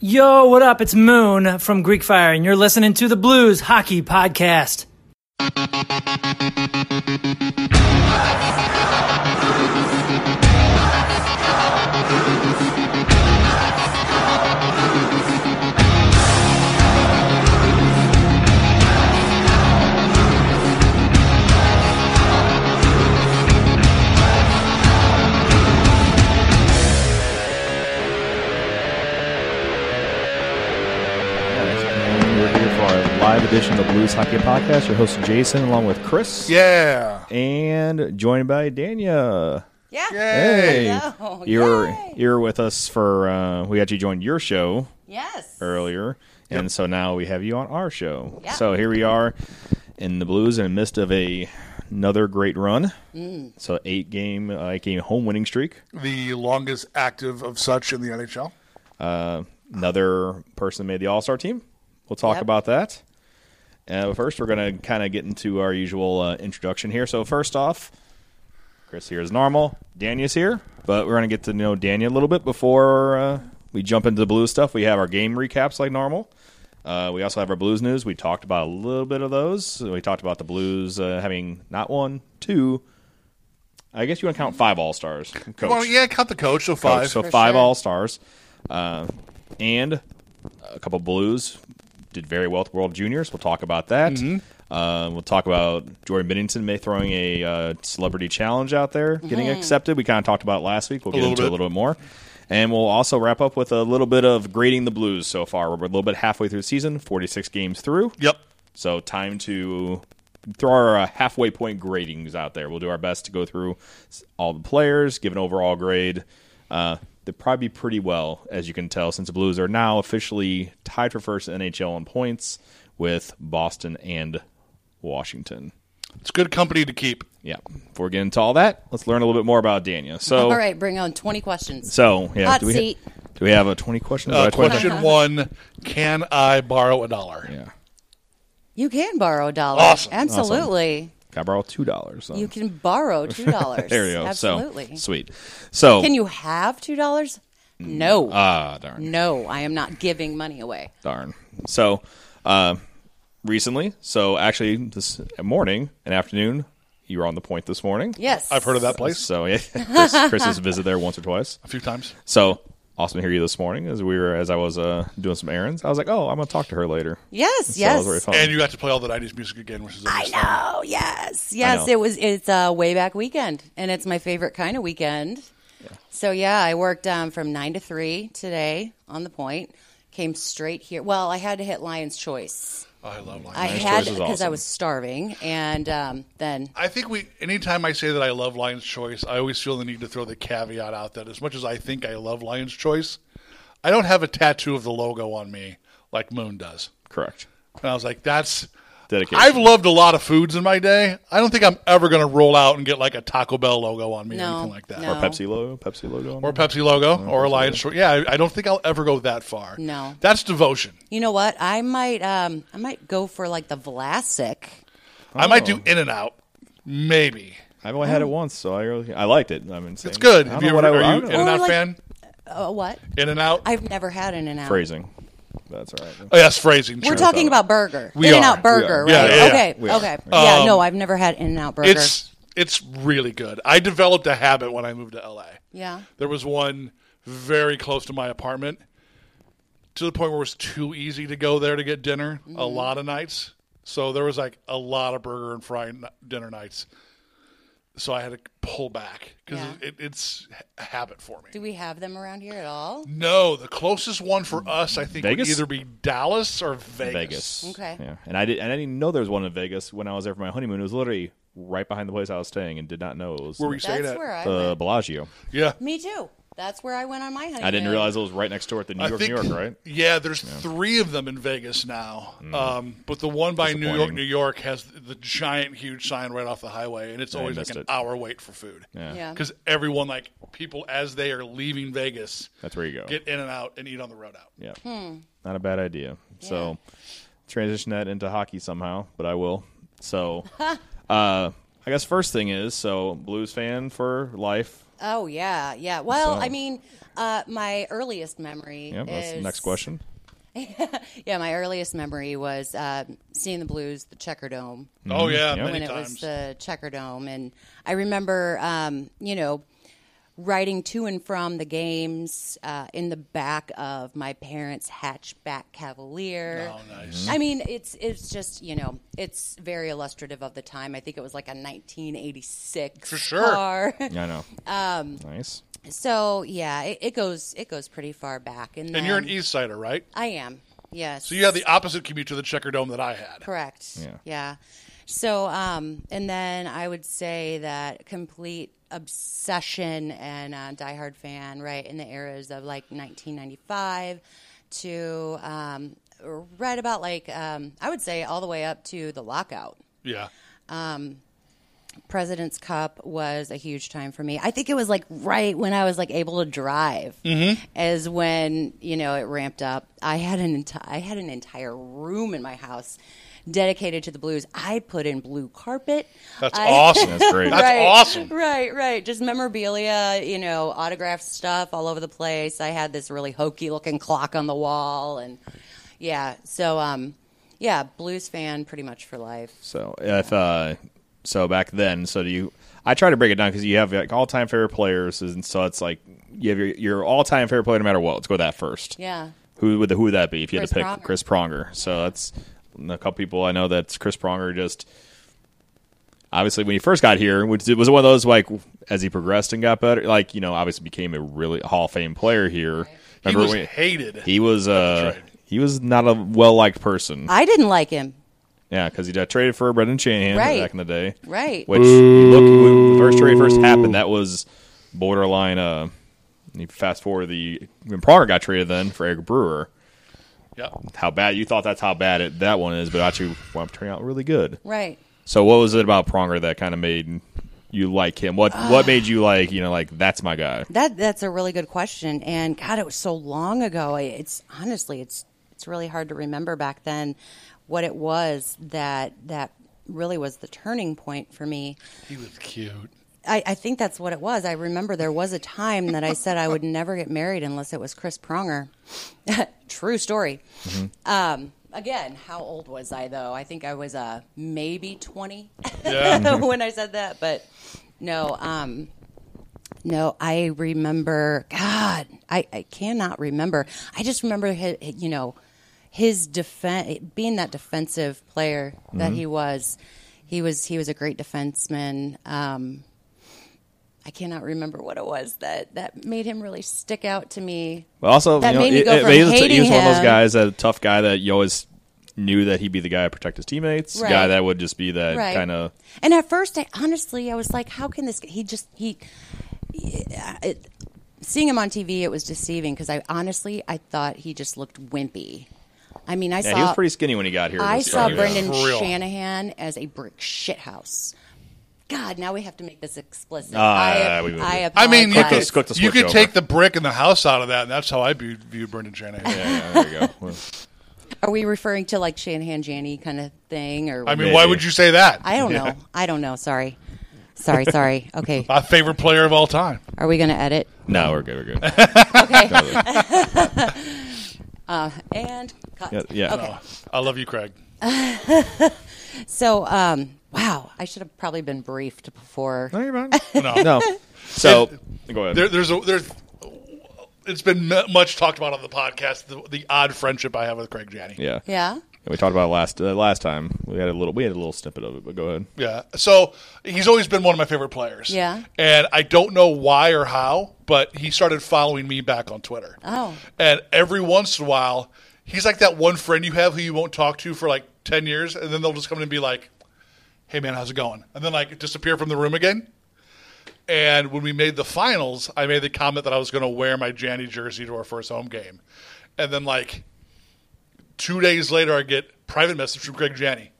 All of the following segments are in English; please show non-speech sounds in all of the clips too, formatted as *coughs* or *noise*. Yo, what up? It's Moon from Greek Fire, and you're listening to the Blues Hockey Podcast. And we're here for our live edition of the Blues Hockey Podcast. Your host Jason, along with Chris, Yeah. and joined by Dania. Yeah. Hey, *laughs* know. you were Yay. you were with us for uh, we actually joined your show Yes. earlier, and so now we have you on our show. Yeah. So here we are in the Blues in the midst of a another great run. Mm. So eight game uh, eight game home winning streak. The longest active of such in the NHL. another person made the All Star team. We'll talk Yep. about that. Uh, but first, we're going to kind of get into our usual uh, introduction here. So first off, Chris here is normal. Dania's here, but we're going to get to know Dania a little bit before uh, we jump into the Blues stuff. We have our game recaps like normal. Uh, we also have our Blues news. We talked about a little bit of those. We talked about the Blues uh, having not one, two. I guess you want to count five All Stars. Coach Well, yeah, count the coach, so coach. five. So For five sure. All Stars, uh, and a couple Blues did very well at the World Juniors. We'll talk about that. Uh, we'll talk about Jordan Bennington may throwing a uh, celebrity challenge out there, getting Mm-hmm. accepted. We kind of talked about it last week. We'll get little into it a bit. little bit more. And we'll also wrap up with a little bit of grading the Blues so far. We're a little bit halfway through the season, 46 games through. Yep. So time to throw our uh, halfway point gradings out there. We'll do our best to go through s- all the players, give an overall grade. Uh, they probably be pretty well, as you can tell, since the Blues are now officially tied for first in NHL in points with Boston and Washington. It's good company to keep. Yeah. Before we get into all that, let's learn a little bit more about Dania. So, All right, bring on 20 questions. so yeah, Hot do we ha- seat. do we have a twenty questions? Uh, Right, 20? question one Can I borrow a dollar? Yeah. you can borrow a dollar. Awesome. Absolutely. Can I borrow two dollars? You *laughs* can borrow $2. There you go. Absolutely. So sweet. So Can you have $2? No. Ah, darn. no, I am not giving money away. Darn. So, uh, recently, so actually this morning and afternoon, you were on the point this morning. Yes. I've heard of that place So yeah, *laughs* Chris, Chris's visit there once or twice. a few times. So awesome to hear you this morning as we were as I was uh, doing some errands. I was like, oh, I'm gonna talk to her later. Yes, So that was very yes. fun. And you got to play all the 90s music again, which is a nice thing. Oh, yes. Yes, know. it was it's uh, way back weekend and it's my favorite kind of weekend. So yeah, I worked um, from 9 to 3 today on the point. Came straight here. Well, I had to hit Lion's Choice. Oh, I love Lion's I Choice. had Choice is because I awesome. was starving, and um, then I think we. Anytime I say that I love Lion's Choice, I always feel the need to throw the caveat out that as much as I think I love Lion's Choice, I don't have a tattoo of the logo on me like Moon does. Correct. And I was like, that's Dedication. I've loved a lot of foods in my day. I don't think I'm ever going to roll out and get like a Taco Bell logo on me or No, anything like that. no. Or Pepsi logo. Pepsi logo. On Or a there. Pepsi logo or a Lions short. Yeah, I, I don't think I'll ever go that far. No. That's devotion. you know what? I might, um, I might go for like the Vlasic. I might Oh. do In and Out. Maybe. I've only had it once, so I really, I liked it. I mean, It's good. I Have don't you know ever, what I, I are you don't In know. and Out Or like- fan? Uh, what? In and Out? I've never had an in out. phrasing. That's all right. Oh, yes, phrasing. We're sure. talking about burger. We in and out are. burger, We are. right? Yeah, yeah, yeah. okay, We are. okay. yeah, no, I've never had in and out burger. It's it's really good. I developed a habit when I moved to LA. yeah. There was one very close to my apartment to the point where it was too easy to go there to get dinner Mm-hmm. a lot of nights. So there was like a lot of burger and fry n- dinner nights. So I had to pull back because Yeah. it, it's a habit for me. Do we have them around here at all? No, the closest one for us, I think, Vegas? would either be Dallas or Vegas. Vegas. Okay. Yeah, and I did, and I didn't know there was one in Vegas when I was there for my honeymoon. It was literally right behind the place I was staying, and did not know it was Where were you staying That's at? where I the went. Bellagio. Yeah. Me too. That's where I went on my honeymoon. Uh, I didn't realize it was right next door at the New I York, think- New York, right? Yeah, there's three of them in Vegas now. Um, but the one by New York, Hmm. Disappointing. New York has the giant, huge sign right off the highway, and it's always like missed an it. hour wait for food. Yeah. Because everyone, like people, as they are leaving Vegas, That's where you go. get in and out and eat on the road out. yeah, not a bad idea. So transition that into hockey somehow, but I will. So uh, I guess first thing is so blues fan for life. Oh yeah, yeah. Well, So- I mean, uh, my earliest memory. Yeah, that's the is- next question. Yeah, my earliest memory was uh, seeing the Blues, the Checker Dome, Mm-hmm. Oh yeah, Yep. many when it was times. the Checker Dome, and I remember, um, you know, riding to and from the games uh, in the back of my parents' hatchback Cavalier. oh nice. I mean, it's it's just you know, it's very illustrative of the time. I think it was like a 1986 For sure. car. *laughs* Yeah, I know. Um, nice. So yeah, it, it goes it goes pretty far back. And, then, And you're an East Sider, right? I am. Yes. So you had the opposite commute to the Checker Dome that I had. correct. Yeah. So um, and then I would say that complete obsession and uh, diehard fan, right in the eras of like 1995 to um, right about like um, I would say all the way up to the lockout. Yeah. President's Cup was a huge time for me. I think it was like right when I was like able to drive, mm-hmm. as when you know it ramped up. I had an enti- I had an entire room in my house dedicated to the blues. I put in blue carpet. That's I- awesome. *laughs* That's great. That's Right, awesome. Right, right. Just memorabilia, you know, autograph stuff all over the place. I had this really hokey looking clock on the wall, and yeah. So, um, yeah, blues fan pretty much for life. So if uh, so back then, so do you? I try to break it down because you have like all time favorite players, and so it's like you have your, your all time favorite player no matter what. Let's go with that first. Yeah. Who would who would that be if you had to Chris pick Pronger. Chris Pronger? So that's a couple people I know that's Chris Pronger. Just obviously when he first got here, which it was one of those like as he progressed and got better, like you know, obviously became a really Hall of Fame player here. He Remember was when- hated. he was uh, trade. he was not a well liked person. I didn't like him. Yeah, because he got traded for Brendan Shanahan Right. back in the day. Right. Which you look when the first trade first happened, that was borderline. Uh, you fast forward the when Pronger got traded then for Eric Brewer. yeah. How bad you thought that's how bad it, that one is, but actually wound up turning out really good. Right. So what was it about Pronger that kind of made you like him? What what made you like you know like that's my guy? That that's a really good question. And God, it was so long ago. I- It's honestly, it's it's really hard to remember back then what it was that that really was the turning point for me. He was cute. I, I think that's what it was. I remember there was a time that I said I would never get married unless it was Chris Pronger. *laughs* True story. Um, again, how old was I though? I think I was uh, maybe twenty *laughs* when I said that, but no, um, no. I remember. God, I, I cannot remember. I just remember his, you know his defense being that defensive player that he was. He was he was a great defenseman. Um, I cannot remember what it was that that made him really stick out to me. But also, That you know, made me it- go it- from he was, he hating was one of those him- guys, a tough guy that you always knew that he'd be the guy to protect his teammates, Right. guy that would just be that right. kind of And at first, I honestly, I was like, "How can this?" g- He just he. It, seeing him on TV, it was deceiving because I honestly, I thought he just looked wimpy. I mean, I Yeah, saw he was pretty skinny when he got here. I This saw year. Brendan For real. Shanahan as a brick shithouse. God, now we have to make this explicit. yeah, I, Ah, we- we- I, I mean, you apologize. could, this- click this you switch could take over. the brick and the house out of that, and that's how I view, view Brendan Shanahan. Yeah, yeah, there you go. *laughs* Well, Are we referring to like Shanahan Janney kind of thing? Or I mean, why Maybe. would you say that? I don't know. I don't know. Sorry, *laughs* sorry, sorry. Okay, My favorite player of all time. are we going to edit? no, we're good. We're good. *laughs* Okay. Uh, and cut. Yeah, yeah. Okay. Oh, I love you, Craig. So, um, wow, I should have probably been briefed before. No, you're fine. No, *laughs* No. So go ahead. There, there's a there's. It's been mu- much talked about on the podcast. The, the odd friendship I have with Craig Janney. yeah. Yeah. We talked about it last uh, last time. We had a little we had a little snippet of it, but go ahead. Yeah. So he's always been one of my favorite players. Yeah. And I don't know why or how, but he started following me back on Twitter. Oh. And every once in a while, he's like that one friend you have who you won't talk to for like 10 years, and then they'll just come in and be like, hey, man, how's it going? And then like disappear from the room again. And when we made the finals, I made the comment that I was going to wear my Janny jersey to our first home game. And then like two days later, I get private message from Greg Janney.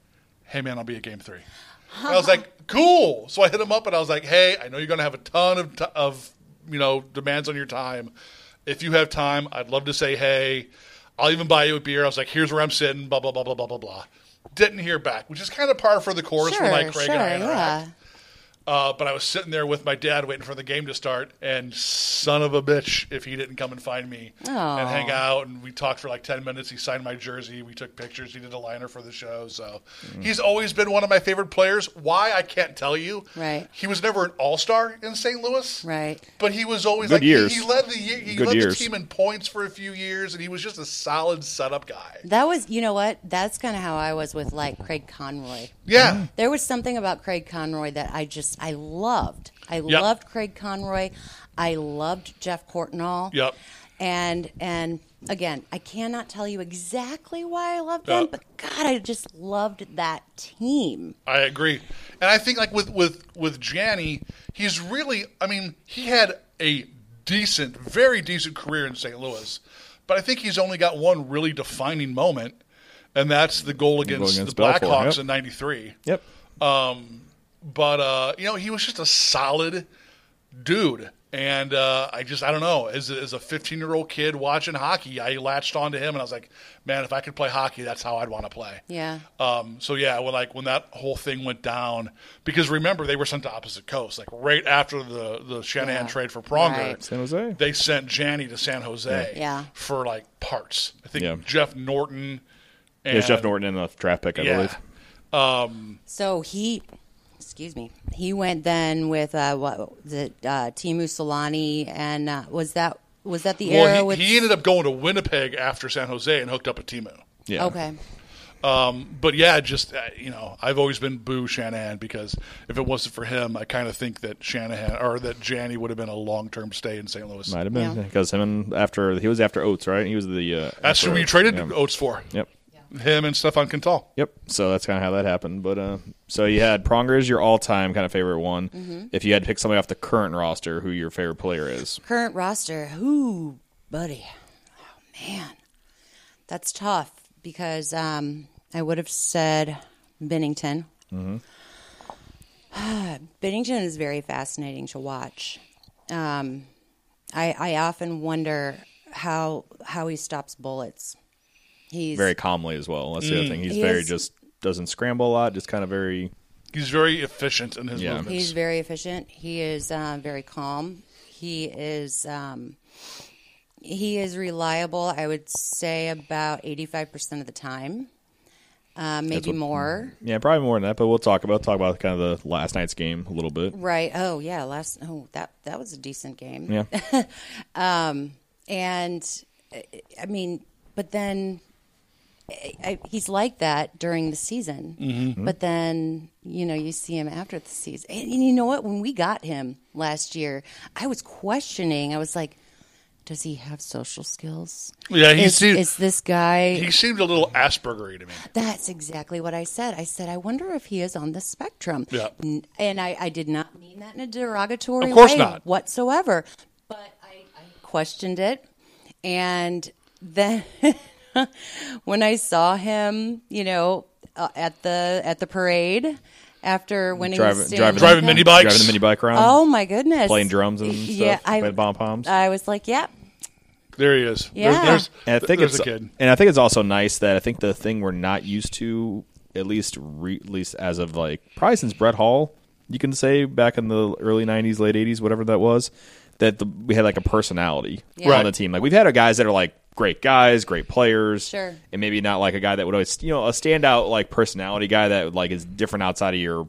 Hey man, I'll be at game three. And I was like, *laughs* cool. So I hit him up and I was like, hey, I know you're gonna have a ton of t- of you know demands on your time. If you have time, I'd love to say hey. I'll even buy you a beer. I was like, here's where I'm sitting. Blah blah blah blah blah blah blah. Didn't hear back, which is kind of par for the course Sure. when like Craig sure. and I interact. Yeah. Uh, but I was sitting there with my dad waiting for the game to start, and son of a bitch, if he didn't come and find me Aw. and hang out, and we talked for like ten minutes. He signed my jersey, we took pictures. He did a liner for the show, so Mm. he's always been one of my favorite players. Why I can't tell you. Right. He was never an all star in St. Louis. Right. But he was always Good like he- years. He, led the year- he Good led years. the team in points for a few years, and he was just a solid setup guy. That was, you know what? That's kind of how I was with like Craig Conroy. Yeah. There was something about Craig Conroy that I just I loved. I Yep. loved Craig Conroy. I loved Jeff Cortnall. Yep. And and again, I cannot tell you exactly why I loved Yeah. them, but God, I just loved that team. I agree, and I think like with with with Janny, he's really. I mean, he had a decent, very decent career in St. Louis, but I think he's only got one really defining moment, and that's the goal against, against the Belfort, Blackhawks yep. in '93. Yep. But uh, you know, he was just a solid dude, and uh, I just I don't know. As a, as a 15 year old kid watching hockey, I latched onto him, and I was like, man, if I could play hockey, that's how I'd want to play. Yeah. Um, so yeah, when like when that whole thing went down, because remember they were sent to opposite coasts, like right after the the Shanahan Yeah. trade for Pronger, Right. San Jose. they sent Janny to San Jose, Yeah. Yeah. for like parts. I think Yeah. Jeff Norton, and, There's Jeff Norton in the draft pick, I yeah, believe. So he, excuse me, he went then with uh, what was it, uh, Timu Solani, and uh, was that was that the era Well, with? he, he ended up going to Winnipeg after San Jose and hooked up with Timu. Yeah. Okay. But yeah, just uh, you know, I've always been boo Shanahan because if it wasn't for him, I kind of think that Shanahan or that Janny would have been a long term stay in St. Louis. Might have been Yeah. because him and after he was after Oates, right? He was the uh, That's after who you Oates. traded Yeah. Oates for. Yep. Him and Stefan Quintal. Yep. So that's kind of how that happened. But uh, so you had Pronger is your all-time kind of favorite one. Mm-hmm. If you had to pick somebody off the current roster, who your favorite player is? Current roster. Who, buddy? Oh man, that's tough because um, I would have said Bennington. *sighs* Bennington is very fascinating to watch. Um, I, I often wonder how how he stops bullets. He's Mm. Very calmly as well. That's the other thing. He's He very is- just doesn't scramble a lot. Just kind of very He's very efficient in his Yeah. movements. He's very efficient. He is uh, very calm. He is um, he is reliable. I would say about eighty five percent of the time, uh, maybe more. yeah, probably more than that. But we'll talk about talk about kind of the last night's game a little bit. Right? Oh yeah. Last oh that that was a decent game. *laughs* Yeah. And uh, I mean, but then I, I, he's like that during the season. Mm-hmm. But then you know you see him after the season, and, and you know what? When we got him last year, I was questioning. I was like. Does he have social skills? Yeah, he is, seemed- is this guy? he seemed a little Aspergery to me. That's exactly what I said. I said, I wonder if he is on the spectrum. Yeah. N- And I, I did not mean that in a derogatory Of course way not. whatsoever. But I, I questioned it. And then *laughs* when I saw him, you know, uh, at the at the parade after winning Driving- the Stanley driving- Driving Cup- mini bikes. Driving the mini bike around, Oh my goodness! playing drums and stuff, *laughs* Yeah, I, playing pom poms. I was like, yeah, There he is. Yeah. There's, there's, And I think there's it's a kid. and I think it's also nice that I think the thing we're not used to, at least re, at least as of like probably since Brett Hall, you can say back in the early '90s, late '80s, whatever that was, that the, we had like a personality Yeah. Right. on the team. Like we've had guys that are like great guys, great players, Sure. and maybe not like a guy that would always you know a standout like personality guy that like is different outside of your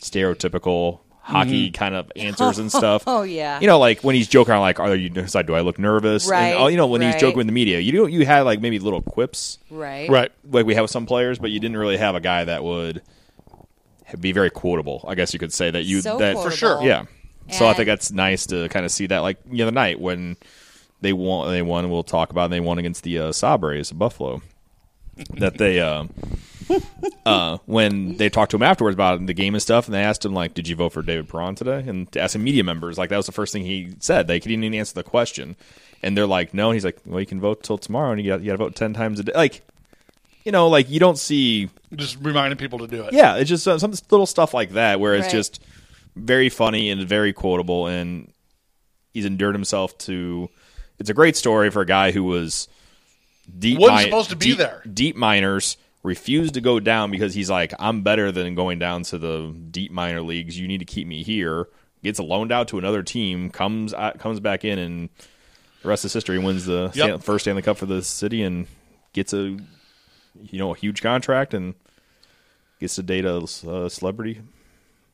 stereotypical hockey Mm-hmm. kind of answers and stuff. *laughs* Oh, yeah. you know like when he's joking around like, are you decide do I look nervous? Right, And, oh, you know when he's right. joking with the media, you don't you had like maybe little quips right, Right. like we have with some players, but you didn't really have a guy that would be very quotable. I guess you could say that you So that For sure. quotable. yeah. so I And- think that's nice to kind of see that. Like the other night when they won, they won. We'll talk about. They won against the uh, Sabres of Buffalo. that they uh, *laughs* uh, when they talked to him afterwards about the game and stuff, and they asked him like, "Did you vote for David Perron today?" And to ask him media members, like that was the first thing he said. They didn't even answer the question, and they're like, "No." And he's like, "Well, you can vote till tomorrow, and you got you got to vote ten times a day." Like, you know, like you don't see Just reminding people to do it. yeah, it's just uh, some little stuff like that where it's Right. just very funny and very quotable, and he's endured himself to. It's a great story for a guy who was deep. Wasn't supposed to be deep- there. Deep minors refused to go down because he's like, I'm better than going down to the deep minor leagues. You need to keep me here. Gets loaned out to another team, comes out, comes back in, and the rest is history. Wins the Stan- first Stanley Cup for the city and gets a you know a huge contract and gets to date a uh, celebrity.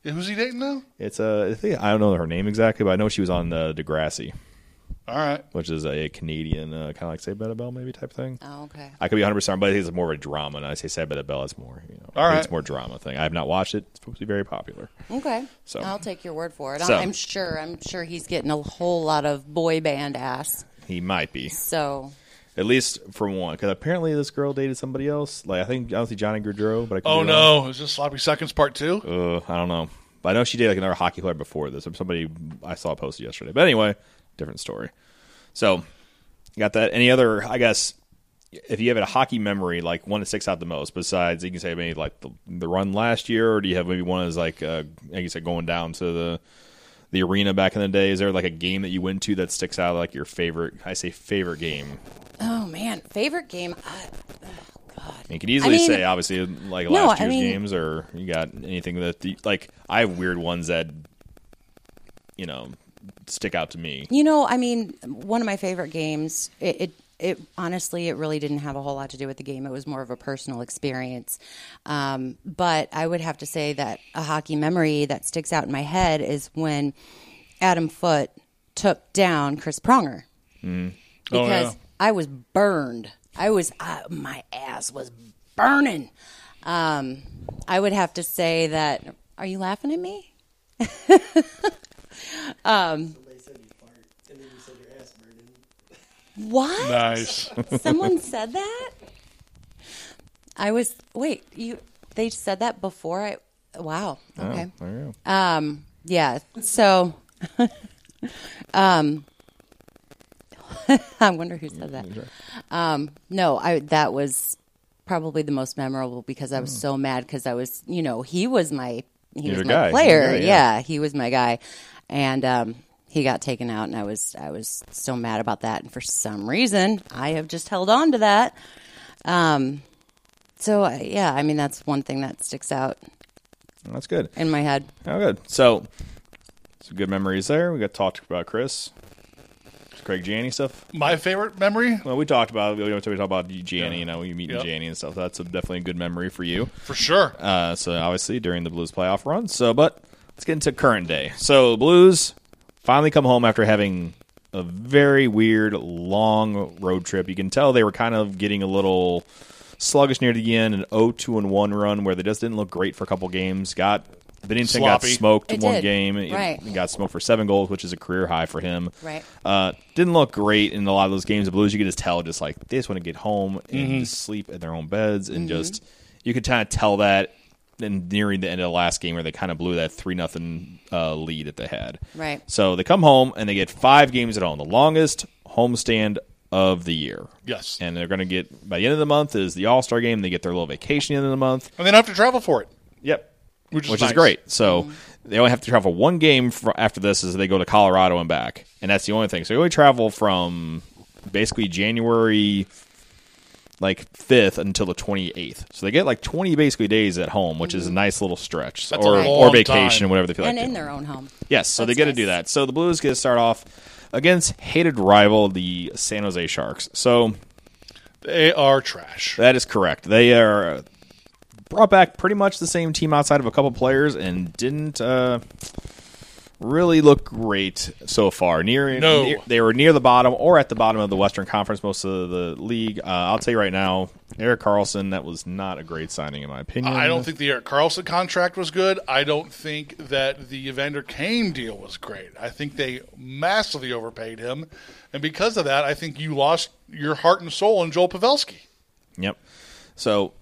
Who's he dating now? It's uh, I think I don't know her name exactly, but I know she was on uh, Degrassi, All right. which is a Canadian uh, kind of like Say by the Bell maybe type thing. Oh, okay. I could be 100, percent but I think it's more of a drama. And I say Sad by the Bell, it's more you know, All I think right. it's more drama thing. I have not watched it. It's supposed to be very popular. Okay. So- I'll take your word for it. I- So- I'm sure. I'm sure he's getting a whole lot of boy band ass. He might be So at least from one because apparently this girl dated somebody else. Like I think I don't see Johnny Gaudreau, but I could Oh be wrong. no, is this sloppy seconds part two? Uh, I don't know. But I know she dated like another hockey player before this. Somebody I saw posted yesterday. But anyway, different story. So, you got that? Any other? I guess if you have a hockey memory, like one that sticks out the most. Besides, you can say maybe like the, the run last year, or do you have maybe one that's like uh, like you said going down to the the arena back in the day? Is there like a game that you went to that sticks out like your favorite? I say favorite game. Oh man, favorite game. I, You can easily mean- say obviously like No, last I year's mean- games, or you got anything that the, like I have weird ones that you know stick out to me. you know, I mean, one of my favorite games. It, it it honestly, it really didn't have a whole lot to do with the game. It was more of a personal experience. Um, but I would have to say that a hockey memory that sticks out in my head is when Adam Foote took down Chris Pronger Oh, because yeah. I was burned. I was I, my ass was burning. Um, I would have to say that. Are you laughing at me? *laughs* Um, They said you fart, and then you said your ass burning. *laughs* What? Nice. Someone said that? I was wait, you they said that before I wow. Oh. Okay. There you go. Um yeah. So *laughs* um *laughs* I wonder who said that. Um no, I that was probably the most memorable because I was so mad cuz I was, you know, he was my he Your was my guy. player. Yeah, Yeah, yeah. he was my guy. And um he got taken out and I was I was so mad about that and for some reason I have just held on to that. Um so uh, yeah, I mean that's one thing that sticks out That's good. in my head. Oh, good. So some good memories there. We got talked about Chris, Craig Janney stuff. My favorite memory Well, we talked about we always talk about Janney. You know, you meeting Yep. Janney and stuff. That's a, definitely a good memory for you. for sure. Uh, so obviously during the Blues playoff run. So, but let's get into current day. So Blues finally come home after having a very weird long road trip. You can tell they were kind of getting a little sluggish near the end. An 0-2 and one run where they just didn't look great for a couple games. Got Bennington got Sloppy. smoked It one did. game. It- Right. He got smoked for seven goals, which is a career high for him. Right. Uh, didn't look great in a lot of those games. The Blues, you could just tell, just like they just want to get home and just sleep in their own beds, and just you could kind of tell that. And nearing the end of the last game, where they kind of blew that three nothing uh, lead that they had. Right. So they come home and they get five games at home, the longest homestand of the year. Yes. And they're going to get by the end of the month is the All Star game. They get their little vacation at the end of the month. and they don't have to travel for it. Yep. Which is nice. great. So Mm-hmm. they only have to travel one game fr after this is they go to Colorado and back. And that's the only thing. So they only travel from basically January like 5th until the 28th. So they get like 20 basically days at home, which is a nice little stretch That's a or long or vacation time. whatever they feel Mm-hmm. and like. in doing. their own home. Yes, so they That's get to nice. do that. So the Blues get to start off against hated rival the San Jose Sharks. So They are trash. that is correct. They are uh, brought back pretty much the same team outside of a couple players and didn't uh, really look great so far. Near, No. near- they were near the bottom or at the bottom of the Western Conference most of the league. Uh, I'll tell you right now, Eric Carlson, that was not a great signing in my opinion. I don't think the Eric Carlson contract was good. I don't think that the Evander Kane deal was great. I think they massively overpaid him, and because of that, I think you lost your heart and soul in Joel Pavelski. Yep. So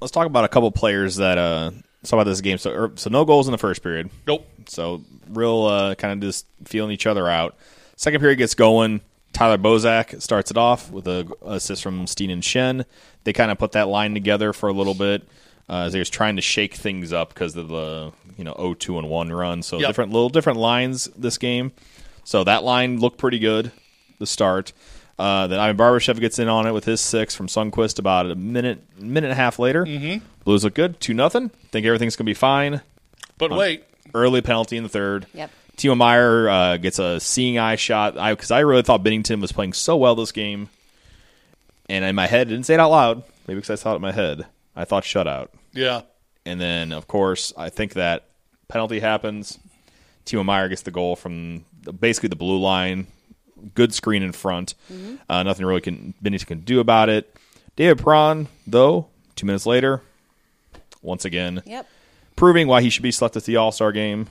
let's talk about a couple players that uh, let's talk about this game. So er, so no goals in the first period. Nope. So real uh, kind of just feeling each other out. Second period gets going. Tyler Bozak starts it off with a assist from Steen and Shen. They kind of put that line together for a little bit. Uh, as they was trying to shake things up because of the you know 0-2 and one run. So Yep. different little different lines this game. So that line looked pretty good. The start. Uh, then Ivan Barbashev gets in on it with his six from Sunquist about a minute, minute and a half later. Mm-hmm. Blues look good, two nothing. Think everything's gonna be fine. But wait, Early penalty in the third. Yep. Timo Meyer uh, gets a seeing eye shot because I, really thought Bennington was playing so well this game, and in my head, I didn't say it out loud. Maybe because I saw it in my head, I thought shutout. yeah, And then, of course, I think that penalty happens. Timo Meyer gets the goal from the- basically the blue line. Good screen in front. Uh, nothing really can Benito can do about it. David Perron, though, two minutes later, once again, Yep. proving why he should be selected to the All Star game.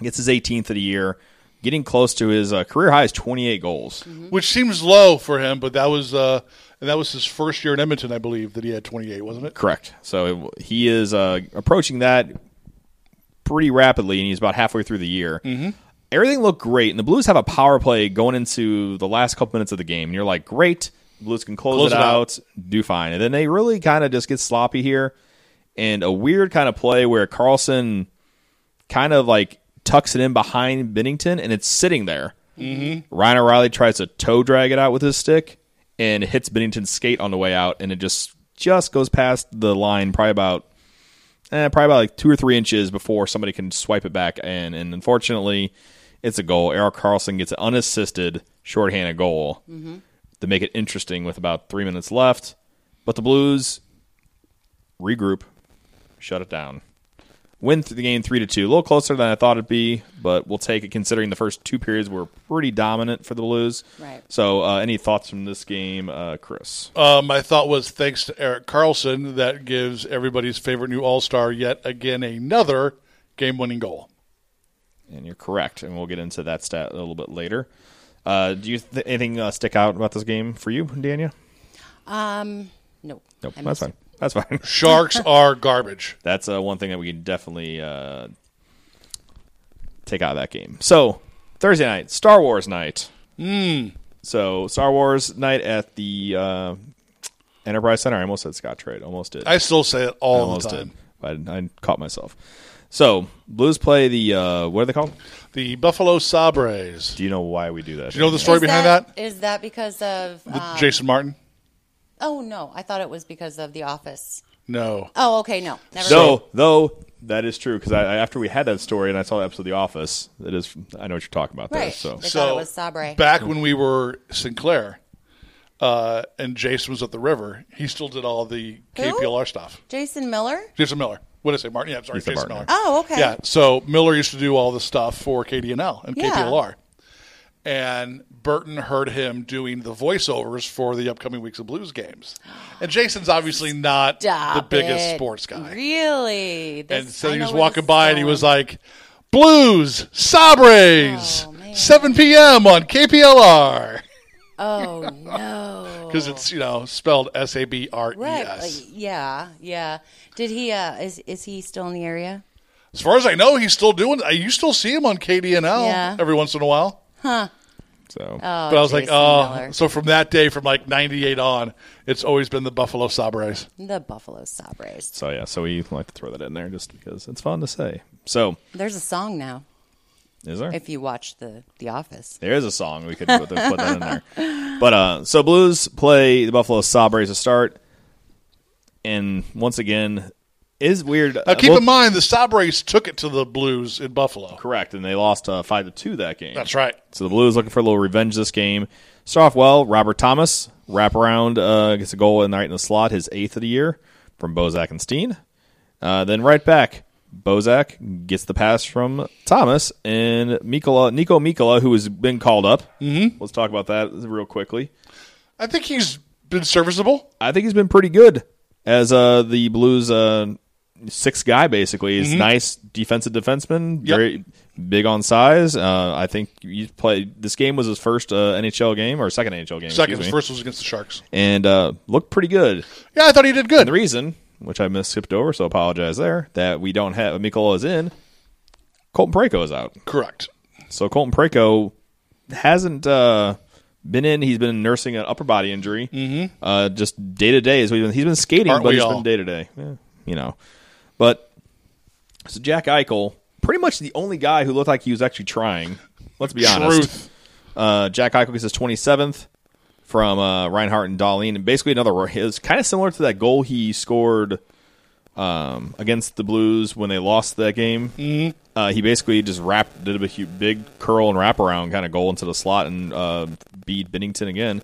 Gets his 18th of the year, getting close to his uh, career high is 28 goals. which seems low for him, but that was uh, and that was his first year in Edmonton, I believe, that he had 28, wasn't it? Correct. So it, he is uh, approaching that pretty rapidly, and he's about halfway through the year. Mm-hmm. Everything looked great, and the Blues have a power play going into the last couple minutes of the game, and you're like, great, the Blues can close, Close it, it out, do fine. And then they really kind of just get sloppy here, and a weird kind of play where Carlson kind of like tucks it in behind Bennington, and it's sitting there. Mm-hmm. Ryan O'Reilly tries to toe drag it out with his stick and hits Bennington's skate on the way out, and it just just goes past the line, probably about eh, probably about like two or three inches before somebody can swipe it back in. And unfortunately, it's a goal. Eric Carlson gets an unassisted shorthanded goal to make it interesting with about three minutes left. But the Blues regroup, shut it down. Win th- the game three to two, a little closer than I thought it'd be, but we'll take it considering the first two periods were pretty dominant for the Blues. Right. So, uh, any thoughts from this game, uh, Chris? Uh, my thought was thanks to Eric Carlson, that gives everybody's favorite new All Star yet again another game winning goal. And you're correct, and we'll get into that stat a little bit later. Uh, do you th- anything uh, stick out about this game for you, Dania? Um. No. Nope, I that's missed fine. That's fine. *laughs* Sharks are garbage. That's uh, one thing that we can definitely uh, take out of that game. So Thursday night, Star Wars night. Hmm. So Star Wars night at the uh, Enterprise Center. I almost said Scott Trade. Almost did. I still say it I all almost the time. did. But I, I caught myself. So Blues play the uh, what are they called? The Buffalo Sabres. Do you know why we do that? Do you know the it. story Is behind that? Is that because of? Uh, Jason Martin? oh no, I thought it was because of The Office. No. Oh, okay, no, never. mind. Though, though that is true because I, I, after we had that story and I saw the episode of The Office, that is, I know what you're talking about. There, Right. so They thought it was Sabre. Back when we were Sinclair uh, and Jason was at the river, he still did all the Who? KPLR stuff. Jason Miller. Jason Miller. What did I say? Martin? Yeah, I'm sorry. He's the Jason partner. Miller. Oh, okay. Yeah. So Miller used to do all the stuff for KDNL and Yeah. KPLR. And Burton heard him doing the voiceovers for the upcoming weeks of blues games. And Jason's obviously not Stop the biggest it. sports guy. Really? This- and so I he know was where walking this is by and he going. was like, Blues, Sabres, Oh, man. 7 p.m. on KPLR. *laughs* "Oh no." Because it's, you know, spelled S A B R E Right. S. like, yeah. Yeah. Did he? uh Is is he still in the area? As far as I know, he's still doing uh, You still see him on KDNL Yeah. every once in a while. so Oh, But I was like, Jason oh. Miller. So from that day, from like 98 on, it's always been the Buffalo Sabres. the Buffalo Sabres. so yeah, so we like to throw that in there just because it's fun to say. So There's a song now. Is there? If you watch the The Office, there is a song we could put, that- put that in there. But uh, so Blues play the Buffalo Sabres to start, and once again, it is weird. Now, keep in mind, the Sabres took it to the Blues in Buffalo. correct, and they lost uh, five to two that game. That's right. So the Blues looking for a little revenge this game. Start off well. Robert Thomas wrap around uh, gets a goal in right in the slot, his eighth of the year from Bozak and Steen. Uh, then right back, Bozak gets the pass from Thomas and Mikola, Nico Mikola, who has been called up. Mm-hmm. Let's talk about that real quickly. I think he's been serviceable. I think he's been pretty good as uh, the Blues' uh, sixth guy. Basically, he's nice defensive defenseman, Mm-hmm. Yep. very big on size. Uh, I think he's played. This game was his first uh, NHL game or second NHL game, Second, excuse his me, first was against the Sharks. and uh, looked pretty good. Yeah, I thought he did And the good. reason, which I miss skipped over, so apologize there, that we don't have Mikola is in, Colton Pareko is out. Correct. So Colton Preko hasn't uh, been in. He's been nursing an upper body injury. Mm-hmm. Uh, just day to day. He's been, he's been skating, Aren't but we he's all? been day to day. Yeah, You know. But so Jack Eichel, pretty much the only guy who looked like he was actually trying. Let's be honest. Truth. Uh, Jack Eichel gets his 27th. from uh, Reinhardt and Darlene, and basically another. It's kind of similar to that goal he scored um, against the Blues when they lost that game. Mm-hmm. Uh, he basically just wrapped, did a hu- big curl and wraparound kind of goal into the slot and uh, beat Bennington again.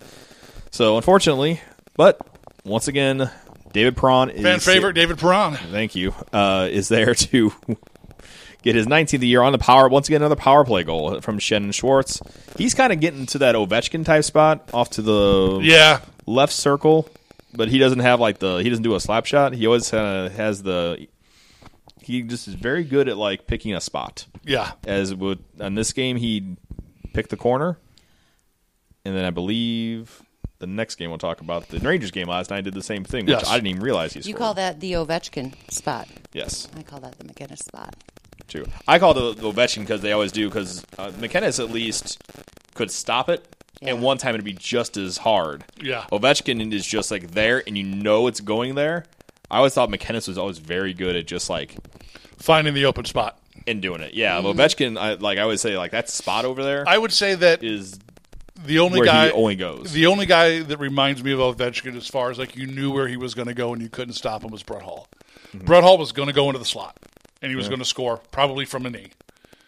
So unfortunately, but once again, David Prawn is Fan favorite David Perron. thank you, uh, is there to *laughs* get his 19th year on the power. Once again, another power play goal from Shannon Schwartz. He's kind of getting to that Ovechkin type spot off to the Yeah, left circle, but he doesn't have like the he doesn't do a slap shot. He always uh, has the he just is very good at like picking a spot. yeah. As would in this game, he picked the corner, and then I believe. The next game we'll talk about the Rangers game last night did the same thing, which Yes. I didn't even realize he scored. You call that the Ovechkin spot. yes, I call that the McGinnis spot. too. I call the, the Ovechkin because they always do because uh, McKenna's at least could stop it, and Yeah. one time it'd be just as hard. Yeah. Ovechkin is just like there, and you know it's going there. I always thought McKenna's was always very good at just like Finding the open spot. in doing it. Yeah, Ovechkin, I, like I always say, like that spot over there is I would say that the only where guy he only goes. the only guy that reminds me of Ovechkin as far as like you knew where he was going to go and you couldn't stop him was Brett Hall. Mm-hmm. Brett Hall was going to go into the slot and he was going to score probably from a knee.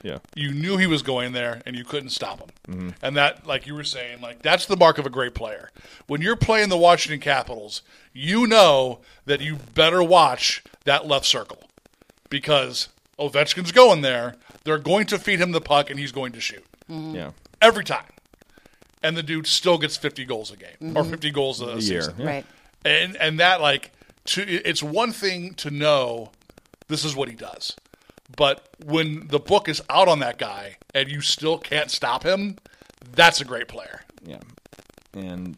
yeah, You knew he was going there and you couldn't stop him. And that like you were saying like that's the mark of a great player. When you're playing the Washington Capitals, you know that you better watch that left circle because Ovechkin's going there. They're going to feed him the puck and he's going to shoot yeah, every time. And the dude still gets 50 goals a game or 50 goals a, year. season. Yeah. Right. And and that like to it's one thing to know this is what he does. But when the book is out on that guy and you still can't stop him, that's a great player. yeah, and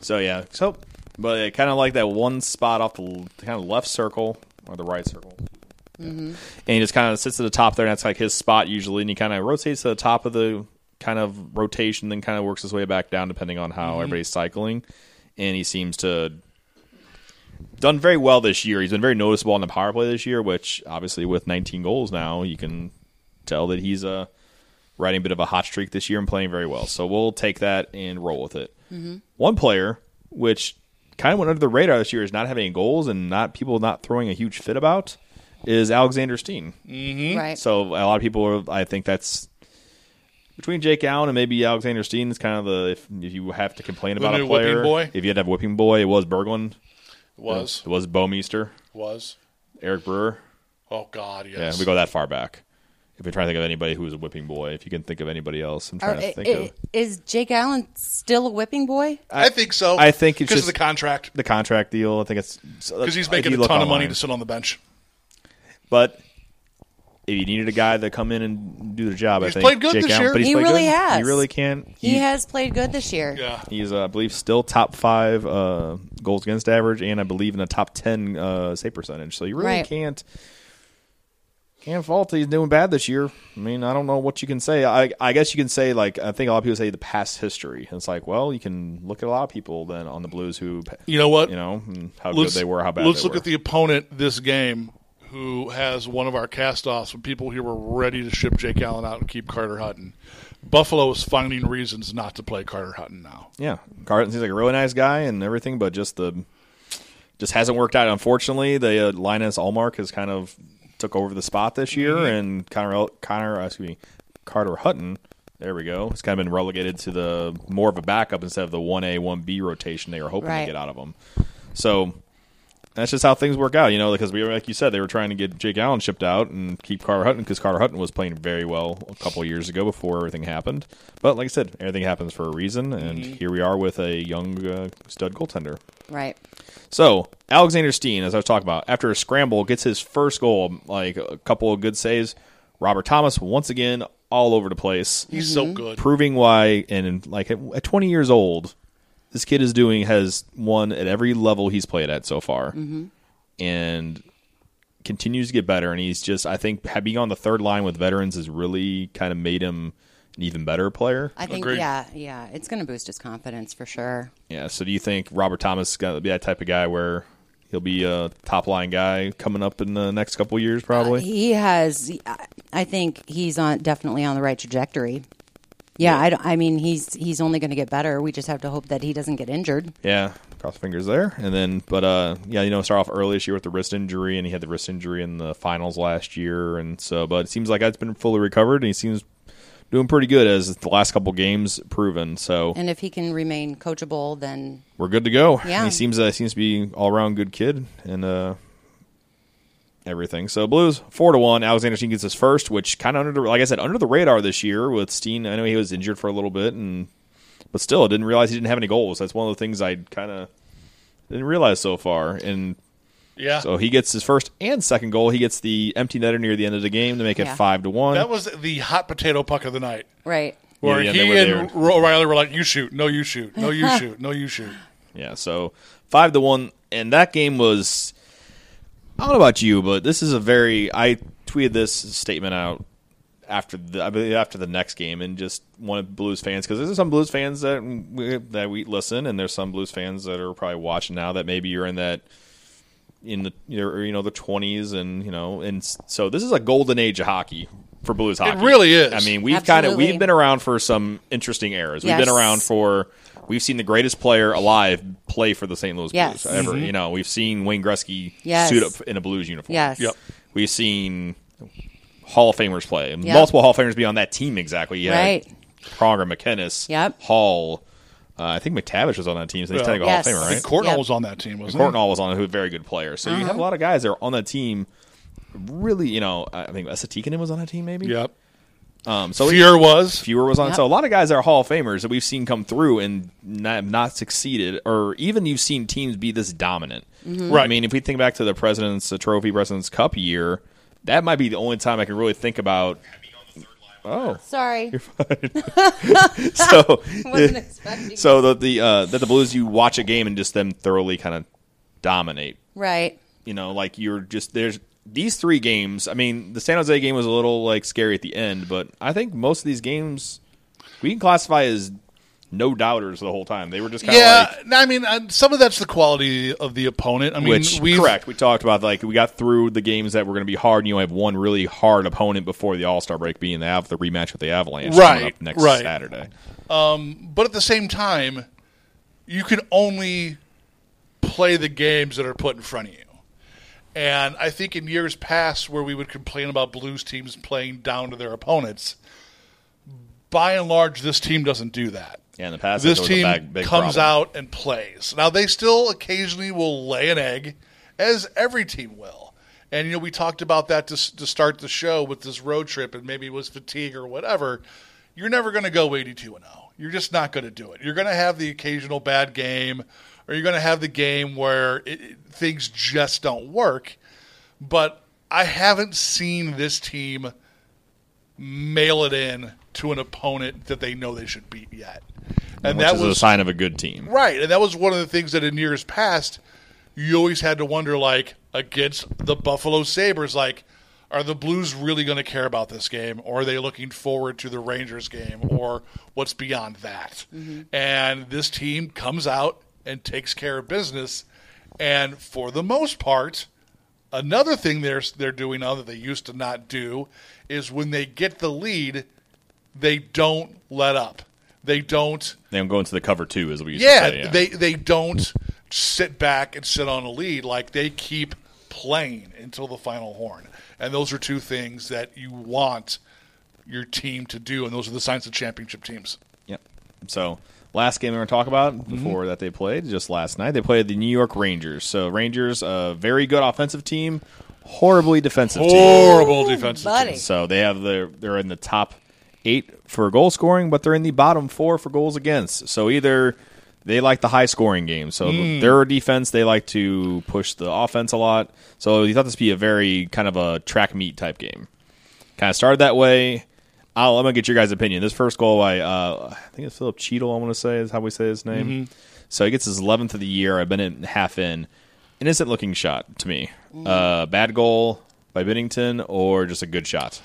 so yeah, so but it kind of like that one spot off the kind of left circle or the right circle. and he just kind of sits at the top there, and that's like his spot usually. And he kind of rotates to the top of the kind of rotation, then kind of works his way back down depending on how everybody's cycling. And he seems to done very well this year. He's been very noticeable on the power play this year, which obviously with 19 goals now, you can tell that he's uh, riding a bit of a hot streak this year and playing very well. So we'll take that and roll with it. Mm-hmm. One player, which kind of went under the radar this year, is not having any goals and not people not throwing a huge fit about. Is Alexander Steen? Mm. Right. Hmm? So a lot of people, are, I think that's between Jake Allen and maybe Alexander Steen is kind of the if, if you have to complain The about a new whipping player, boy? if you had to have whipping boy, it was Berglund, Was it was Bomeister, was Eric Brewer. oh god, yes. Yeah, we go that far back. If you're trying to think of anybody who was a whipping boy, if you can think of anybody else, I'm Or, trying to i- think i- of is Jake Allen still a whipping boy? I think so. I think it's because just- of the contract. the contract deal. I think it's Because he's making a ton of money to sit on the bench. But if you needed a guy to come in and do the job, I He's think played good Jake this Allen- year. But he's He played really good. has. He really can. He, has played good this year. Yeah. He's, uh, I believe, still top five uh, goals against average, and I believe in the top ten uh, save percentage. So you really Right. can't can't fault that he's doing bad this year. I mean, I don't know what you can say. I I guess you can say like I think a lot of people say the past history. And it's like, well, you can look at a lot of people then on the Blues who You know what? you know and how good they were, how bad Let's they look were. at the opponent this game, who has one of our castoffs when people here were ready to ship Jake Allen out and keep Carter Hutton. Buffalo is finding reasons not to play Carter Hutton now. yeah, Carton seems like a really nice guy and everything, but just the just hasn't worked out. Unfortunately, the uh, Linus Allmark has kind of took over the spot this year, and Connor El- Connor uh, excuse me Carter Hutton. There we go. It's kind of been relegated to the more of a backup instead of the one A one B rotation they were hoping to Right. get out of him. So that's just how things work out, you know. Because we, were- like you said, they were trying to get Jake Allen shipped out and keep Carter Hutton because Carter Hutton was playing very well a couple of years ago before everything happened. But like I said, everything happens for a reason, and here we are with a young uh, stud goaltender. Right. So Alexander Steen, as I was talking about, after a scramble, gets his first goal, like a couple of good saves. Robert Thomas once again all over the place, He's so good. proving why. And like at, at 20 years old, this kid is doing has won at every level he's played at so far, and continues to get better. And he's just, I think, ha- being on the third line with veterans has really kind of made him an even better player. I think, Agreed. yeah, yeah. It's going to boost his confidence for sure. Yeah. So do you think Robert Thomas is going to be that type of guy where he'll be a top line guy coming up in the next couple years, probably? He has, I- I think he's on definitely on the right trajectory. Yeah, I, don't- I mean he's he's only going to get better. We just have to hope that he doesn't get injured. Yeah, cross fingers there. And then, but uh, yeah, you know, start off early this year with the wrist injury, and he had the wrist injury in the finals last year, and so. But it seems like that's been fully recovered, and he seems doing pretty good as the last couple games proven. So And if he can remain coachable, then we're good to go. Yeah. he seems uh, seems to be all around good kid and uh, everything. So Blues four to one. Alexander Steen gets his first, which kind of under the, like I said under the radar this year with Steen. I know he was injured for a little bit, and but still I didn't realize he didn't have any goals. That's one of the things I kind of didn't realize so far. And Yeah. so he gets his first and second goal. He gets the empty netter near the end of the game to make it Yeah. five to one. that was the hot potato puck of the night. right. Where yeah, they he were there. and Ro- O'Reilly were like, "You shoot, no, you shoot, no, you shoot, no, you shoot." Yeah, so five to one, and that game was. I don't know about you, but this is a very. I tweeted this statement out after the I believe after the next game, and just wanted Blues fans because there's some Blues fans that we, that we listen, and there's some Blues fans that are probably watching now that maybe you're in that in the you're, you know the 20s and you know and s- so this is a golden age of hockey for Blues hockey. really is. I mean, we've kind of Absolutely. we've been around for some interesting eras. We've Yes. been around for we've seen the greatest player alive play for the St. Louis Yes. Mm-hmm. Blues ever. You know, we've seen Wayne Gretzky Yes. suit up in a Blues uniform. Yes. Yep. We've seen Hall of Famers play. Multiple Hall of Famers be on that team exactly. Yeah. Right. Pronger, McKinnis, Yep. Hall. Uh, I think McTavish was on that team, so he's Yeah. technically Yes. Mm-hmm. Hall of Famer, right? Courtnall Yep. was on that team, wasn't Cortnall was on, it, who was a very good player. So you have Uh-huh. a lot of guys that are on that team. Really, you know, I I think Esatikanen was on that team, maybe. he? Yep. Um, so Fear was. Fewer was on. Yep. So a lot of guys that are Hall of Famers that we've seen come through and not, have not succeeded, or even you've seen teams be this dominant. Mm-hmm. Right. I mean, if we think back to the President's Trophy, President's Cup year, that might be the only time I can really think *laughs* about. *laughs* Oh, Sorry, so *laughs* wasn't *laughs* expecting. so the the uh, that the Blues you watch a game and just them thoroughly kind of dominate. right. you know, like you're just there's these three games. I mean, the San Jose game was a little like scary at the end, but I think most of these games we can classify as no doubters the whole time. They were just kind of Yeah, like no, I mean, uh, some of that's the quality of the opponent. I mean, which we've- correct. We talked about like we got through the games that were going to be hard, and you only have one really hard opponent before the All Star break, being the Av- the rematch with the Avalanche coming Right, up next right. Saturday. But at the same time, you can only play the games that are put in front of you. And I think in years past, where we would complain about Blues teams playing down to their opponents, by and large, this team doesn't do that. Yeah, in the past, this that was a team big- big comes problem. out and plays. Now they still occasionally will lay an egg, as every team will. And you know we talked about that to, s- to start the show with this road trip, and maybe it was fatigue or whatever. You're never going to go 82 and 0. You're just not going to do it. You're going to have the occasional bad game, or you're going to have the game where it, it- things just don't work. But I haven't seen this team mail it in to an opponent that they know they should beat yet. And which that is was a sign of a good team. Right, and that was one of the things that in years past, you always had to wonder, like against the Buffalo Sabers, like are the Blues really going to care about this game, or are they looking forward to the Rangers game, or what's beyond that? And this team comes out and takes care of business, and for the most part, another thing they're they're doing now that they used to not do is when they get the lead, they don't let up. They don't They don't go into the cover two, as we used yeah, to say. they they don't sit back and sit on a lead like they keep playing until the final horn. And those are two things that you want your team to do, and those are the signs of championship teams. Yep. So last game we are going to talk about before that they played just last night they played the New York Rangers. So Rangers, a very good offensive team, horribly defensive team. Horrible defensive buddy. teams. So they have their they're in the top eight for goal scoring, but they're in the bottom four for goals against. So either they like the high scoring game. So their defense, they like to push the offense a lot. So you thought this would be a very kind of a track meet type game. Kind of started that way. I'll, I'm gonna get your guys' opinion. This first goal, I uh, I think it's Philip Cheadle. I want to say is how we say his name. So he gets his 11th of the year. I've been in half in. Innocent looking shot to me. Uh, bad goal by Bennington or just a good shot.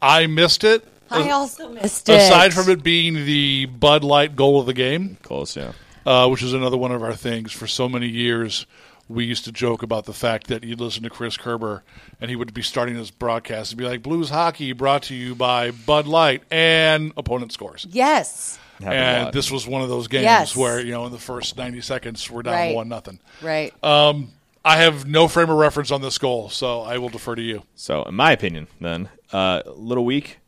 I missed it. I also missed it. Aside from it being the Bud Light goal of the game, Close, yeah. uh, which is another one of our things for so many years, we used to joke about the fact that you'd listen to Chris Kerber and he would be starting his broadcast and be like, Blues Hockey brought to you by Bud Light and opponent scores. Yes. Happened a and lot. this was one of those games Yes. where, you know, in the first 90 seconds, we're down Right. 1 nothing. Right. uh, I have no frame of reference on this goal, so I will defer to you. So, in my opinion, then uh, a little weak.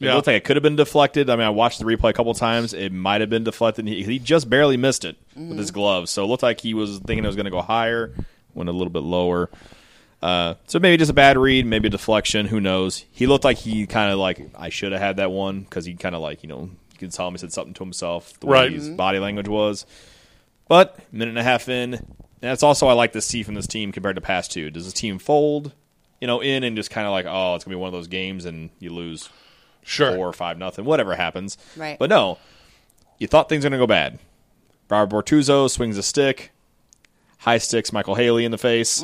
It Yeah. looked like it could have been deflected. I mean, I watched the replay a couple times. It might have been deflected. He, he just barely missed it with his glove. So it looked like he was thinking it was going to go higher, went a little bit lower. Uh, so maybe just a bad read, maybe a deflection. Who knows? He looked like he kind of like I should have had that one because he kind of like you know you could tell him he said something to himself. The way Right. his Mhm. body language was. But minute and a half in, and that's also I like to see from this team compared to past two. Does this team fold, you know, in and just kind of like, oh, it's gonna be one of those games and you lose Sure. four or five nothing, whatever happens. Right. But no, you thought things were gonna go bad. Robert Bortuzzo swings a stick, high sticks Michael Haley in the face,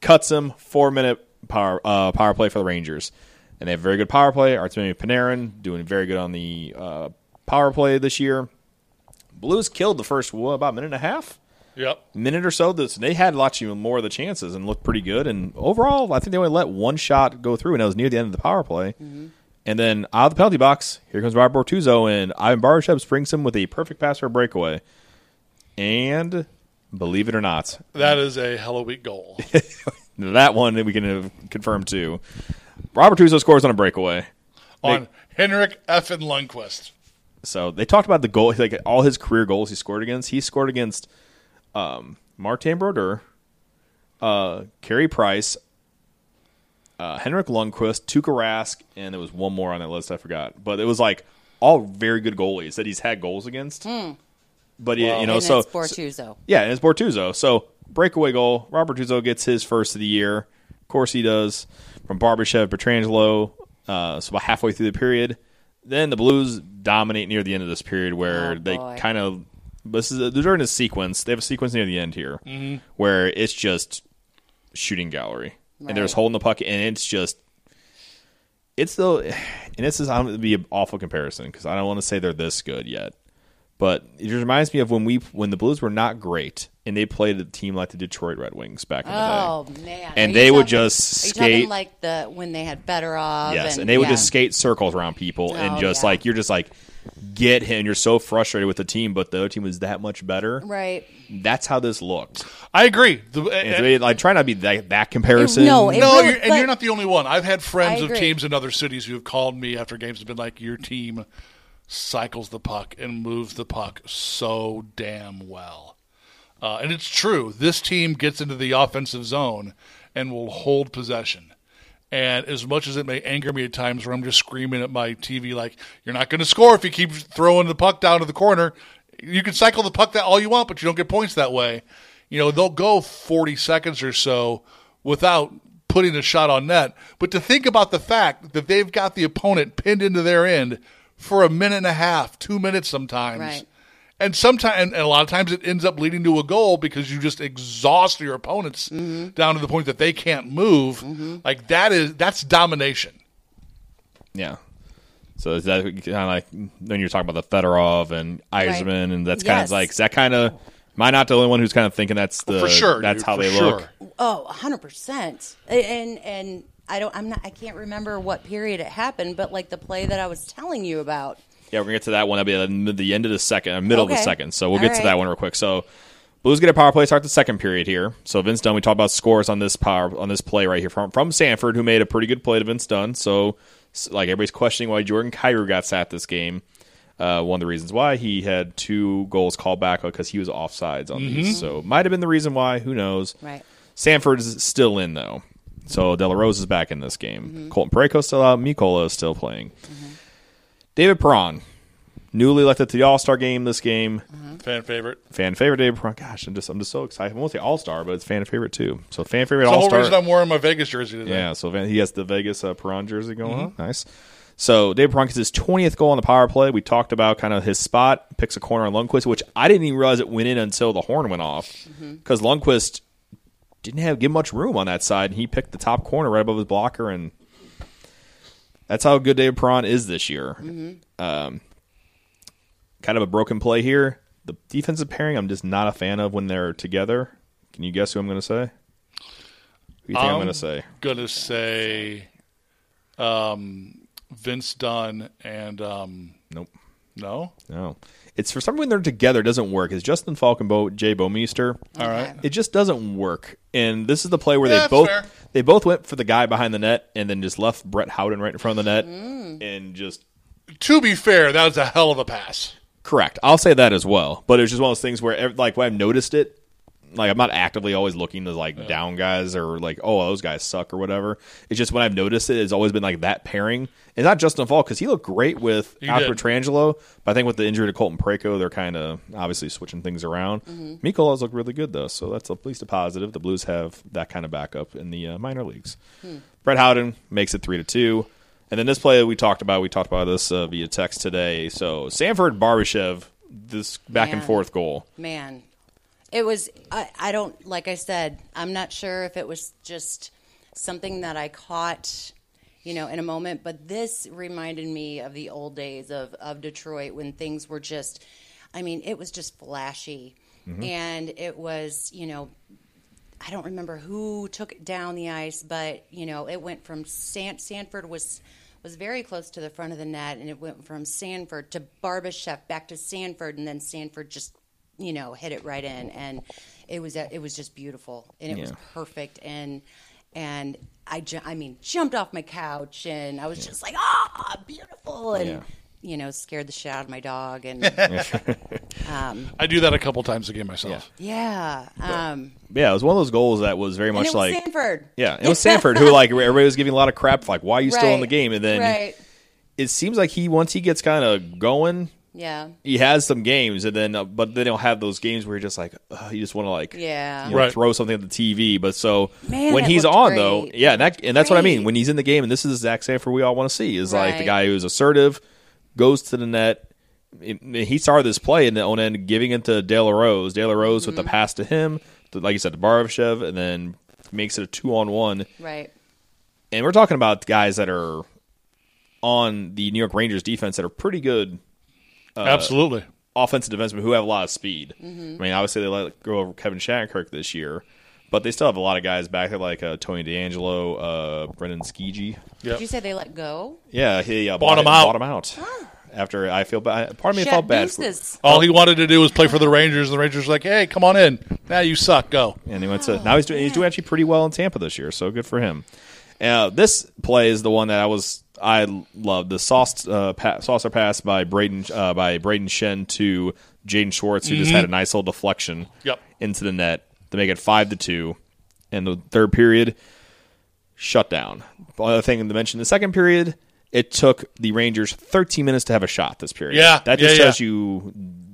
cuts him. Four minute power uh, power play for the Rangers, and they have very good power play. Artemi Panarin doing very good on the uh, power play this year. Blues killed the first what, about minute and a half Yep. minute or so, this they had lots even more of the chances and looked pretty good. And overall, I think they only let one shot go through, and that was near the end of the power play. And then out of the penalty box, here comes Rob Bortuzzo, and Ivan Barishev springs him with a perfect pass for a breakaway. And believe it or not, That is a hell of a week goal. that one that we can have confirmed too. Robert Tuzo scores on a breakaway. on Henrik Effin Lundqvist. So they talked about the goal, like all his career goals he scored against. He scored against um, Martin Brodeur, uh, Carey Price, uh, Henrik Lundqvist, Tuukka Rask, and there was one more on that list I forgot. But it was like all very good goalies that he's had goals against. But he, you know, and so, it's so- Bortuzzo. yeah, and it's Bortuzzo. So breakaway goal. Robert Bortuzzo gets his first of the year. Of course he does. From Barbashev, Petrangelo. Uh, so about halfway through the period, then the Blues dominate near the end of this period, where Oh, they boy. kind of this is during a sequence. They have a sequence near the end here Mm-hmm. where it's just shooting gallery, and they're just Right. holding the puck, and it's just it's though, *sighs* and this is I'm gonna be an awful comparison because I don't want to say they're this good yet, but it just reminds me of when we when the Blues were not great and they played a team like the Detroit Red Wings back in Oh the day. man. And Are you they would talking- just are you skate- talking like the when they had better off. Yes, and, they would yeah. just skate circles around people and Oh, just yeah. like you're just like get him. You're so frustrated with the team, but the other team was that much better. Right. That's how this looked. I agree. The- And so they, like try not to be that, that comparison. no, it- no, really- you're, and but- you're not the only one. I've had friends I of agree. teams in other cities who have called me after games and been like, "Your team cycles the puck and moves the puck so damn well," uh, and it's true. This team gets into the offensive zone and will hold possession. And as much as it may anger me at times, where I'm just screaming at my TV, like, "You're not going to score if you keep throwing the puck down to the corner." You can cycle the puck that all you want, but you don't get points that way. You know they'll go 40 seconds or so without putting a shot on net. But to think about the fact that they've got the opponent pinned into their end for a minute and a half, two minutes sometimes. Right. And sometimes, and a lot of times, it ends up leading to a goal because you just exhaust your opponents down to the point that they can't move. Like that is that's domination. Yeah. So is that kind of like when you're talking about the Fedorov and Eisman, and that's kind Yes. of like is that kind of am I not the only one who's kind of thinking that's the Oh, for sure, that's dude, how for they sure. look? Oh, 100%. And and I don't I'm not I can't remember what period it happened, but like the play that I was telling you about. Yeah, we're gonna get to that one. That'll be at the end of the second, uh, middle of the Okay. second. So we'll All get to right. that one real quick. So Blues get a power play start the second period here. So Vince Dunn, we talked about scores on this power on this play right here from from Sanford, who made a pretty good play to Vince Dunn. So s- like everybody's questioning why Jordan Cairo got sat this game. Uh, one of the reasons why he had two goals called back because he was offsides on these. So might have been the reason why. Who knows? Mm-hmm. Right. Sanford is still in though. So De La Rose is back in this game. Mm-hmm. Colton Pareko's still out. Mikola is still playing. Mm-hmm. David Perron, newly elected to the All Star game this game. Fan favorite. Fan favorite David Perron. Gosh, I'm just I'm just so excited. I won't say All Star, but it's fan favorite too. So fan favorite The All whole reason Star. I'm wearing my Vegas jersey today. Yeah, so Van, he has the Vegas uh, Perron jersey going on. Nice. So David Perron gets his 20th goal on the power play. We talked about kind of his spot, picks a corner on Lundqvist, which I didn't even realize it went in until the horn went off because Lundqvist didn't have give much room on that side, and he picked the top corner right above his blocker, and that's how good David Perron is this year. Um, kind of a broken play here. The defensive pairing, I'm just not a fan of when they're together. Can you guess who I'm going to say? Who do you think I'm going to say? Gonna say, um, Vince Dunn and um, Nope. no. No. It's for some reason they're together it doesn't work. It's Justin Falkenbo, Jay Bomeister. All right. It just doesn't work. And this is the play where Yeah, they that's both fair. they both went for the guy behind the net and then just left Brett Howden right in front of the net and just To be fair, that was a hell of a pass. Correct. I'll say that as well. But it's just one of those things where, ev- like, when I've noticed it, like, I'm not actively always looking to, like, down guys or, like, oh, those guys suck or whatever. It's just when I've noticed it, it's always been, like, that pairing. And not Justin Fall, because he looked great with He Alfred did. Petrangelo. But I think with the injury to Colton Preko, they're kind of obviously switching things around. Mm-hmm. Mikolas looked really good, though. So that's at least a positive. The Blues have that kind of backup in the uh, minor leagues. Hmm. Brett Howden makes it 3 to 2. And then this play we talked about, we talked about this uh, via text today. So Sanford Barbashev, this back and Man. forth goal. man it was I, I don't like i said i'm not sure if it was just something that i caught you know in a moment but this reminded me of the old days of of detroit when things were just i mean it was just flashy and it was you know I don't remember who took it down the ice, but you know, it went from San- Sanford was was very close to the front of the net, and it went from Sanford to Barbashev back to Sanford, and then Sanford just you know hit it right in, and it was it was just beautiful, and it was Yeah. perfect, and and I ju- I mean jumped off my couch, and I was just like ah beautiful, and Yeah. you know scared the shit out of my dog, and *laughs* I do that a couple times a game myself. yeah, um, Yeah, it was one of those goals that was very and much it was like Sanford, Yeah, *laughs* it was Sanford who like everybody was giving a lot of crap like why are you still in the Right. game and then right, it seems like he once he gets kind of going, yeah. he has some games and then uh, but then he'll have those games where you're just like uh, you just want to like Yeah. you know, Right. throw something at the TV. But so Man, when that he's looked on great. though, yeah, and, that, and that's what I mean. Great. When he's in the game, and this is Zach Sanford we all want to see is like the Right. guy who's assertive, goes to the net. It- he started this play in the own end, giving it to De La Rose. De La Rose with Mm-hmm. the pass to him, to, like you said, to Barovshev, and then makes it a two on one. Right. And we're talking about guys that are on the New York Rangers defense that are pretty good Uh, Absolutely. offensive defensemen who have a lot of speed. I mean, obviously they let go of Kevin Shattenkirk this year, but they still have a lot of guys back there like uh, Tony D'Angelo, uh, Brendan Skeegee. Yep. Did you say they let go? Yeah, he uh, Bought bought, him him out. Bought him out. After I feel bad, part of me Shaq felt bad, for, Bustos. All he wanted to do was play for the Rangers, and the Rangers were like, "Hey, come on in. Now you suck. Go." and he went Oh, to now he's doing he's doing actually pretty well in Tampa this year, so good for him. Uh, this play is the one that I was I loved the sauce uh, pa- saucer pass by Braden uh, by Braden Shen to Jaden Schwartz, who just had a nice little deflection Mm-hmm. Yep. into the net to make it five to two. And the third period, shutdown. Other thing to mention, the second period, it took the Rangers 13 minutes to have a shot this period. Yeah, that just yeah, shows yeah. you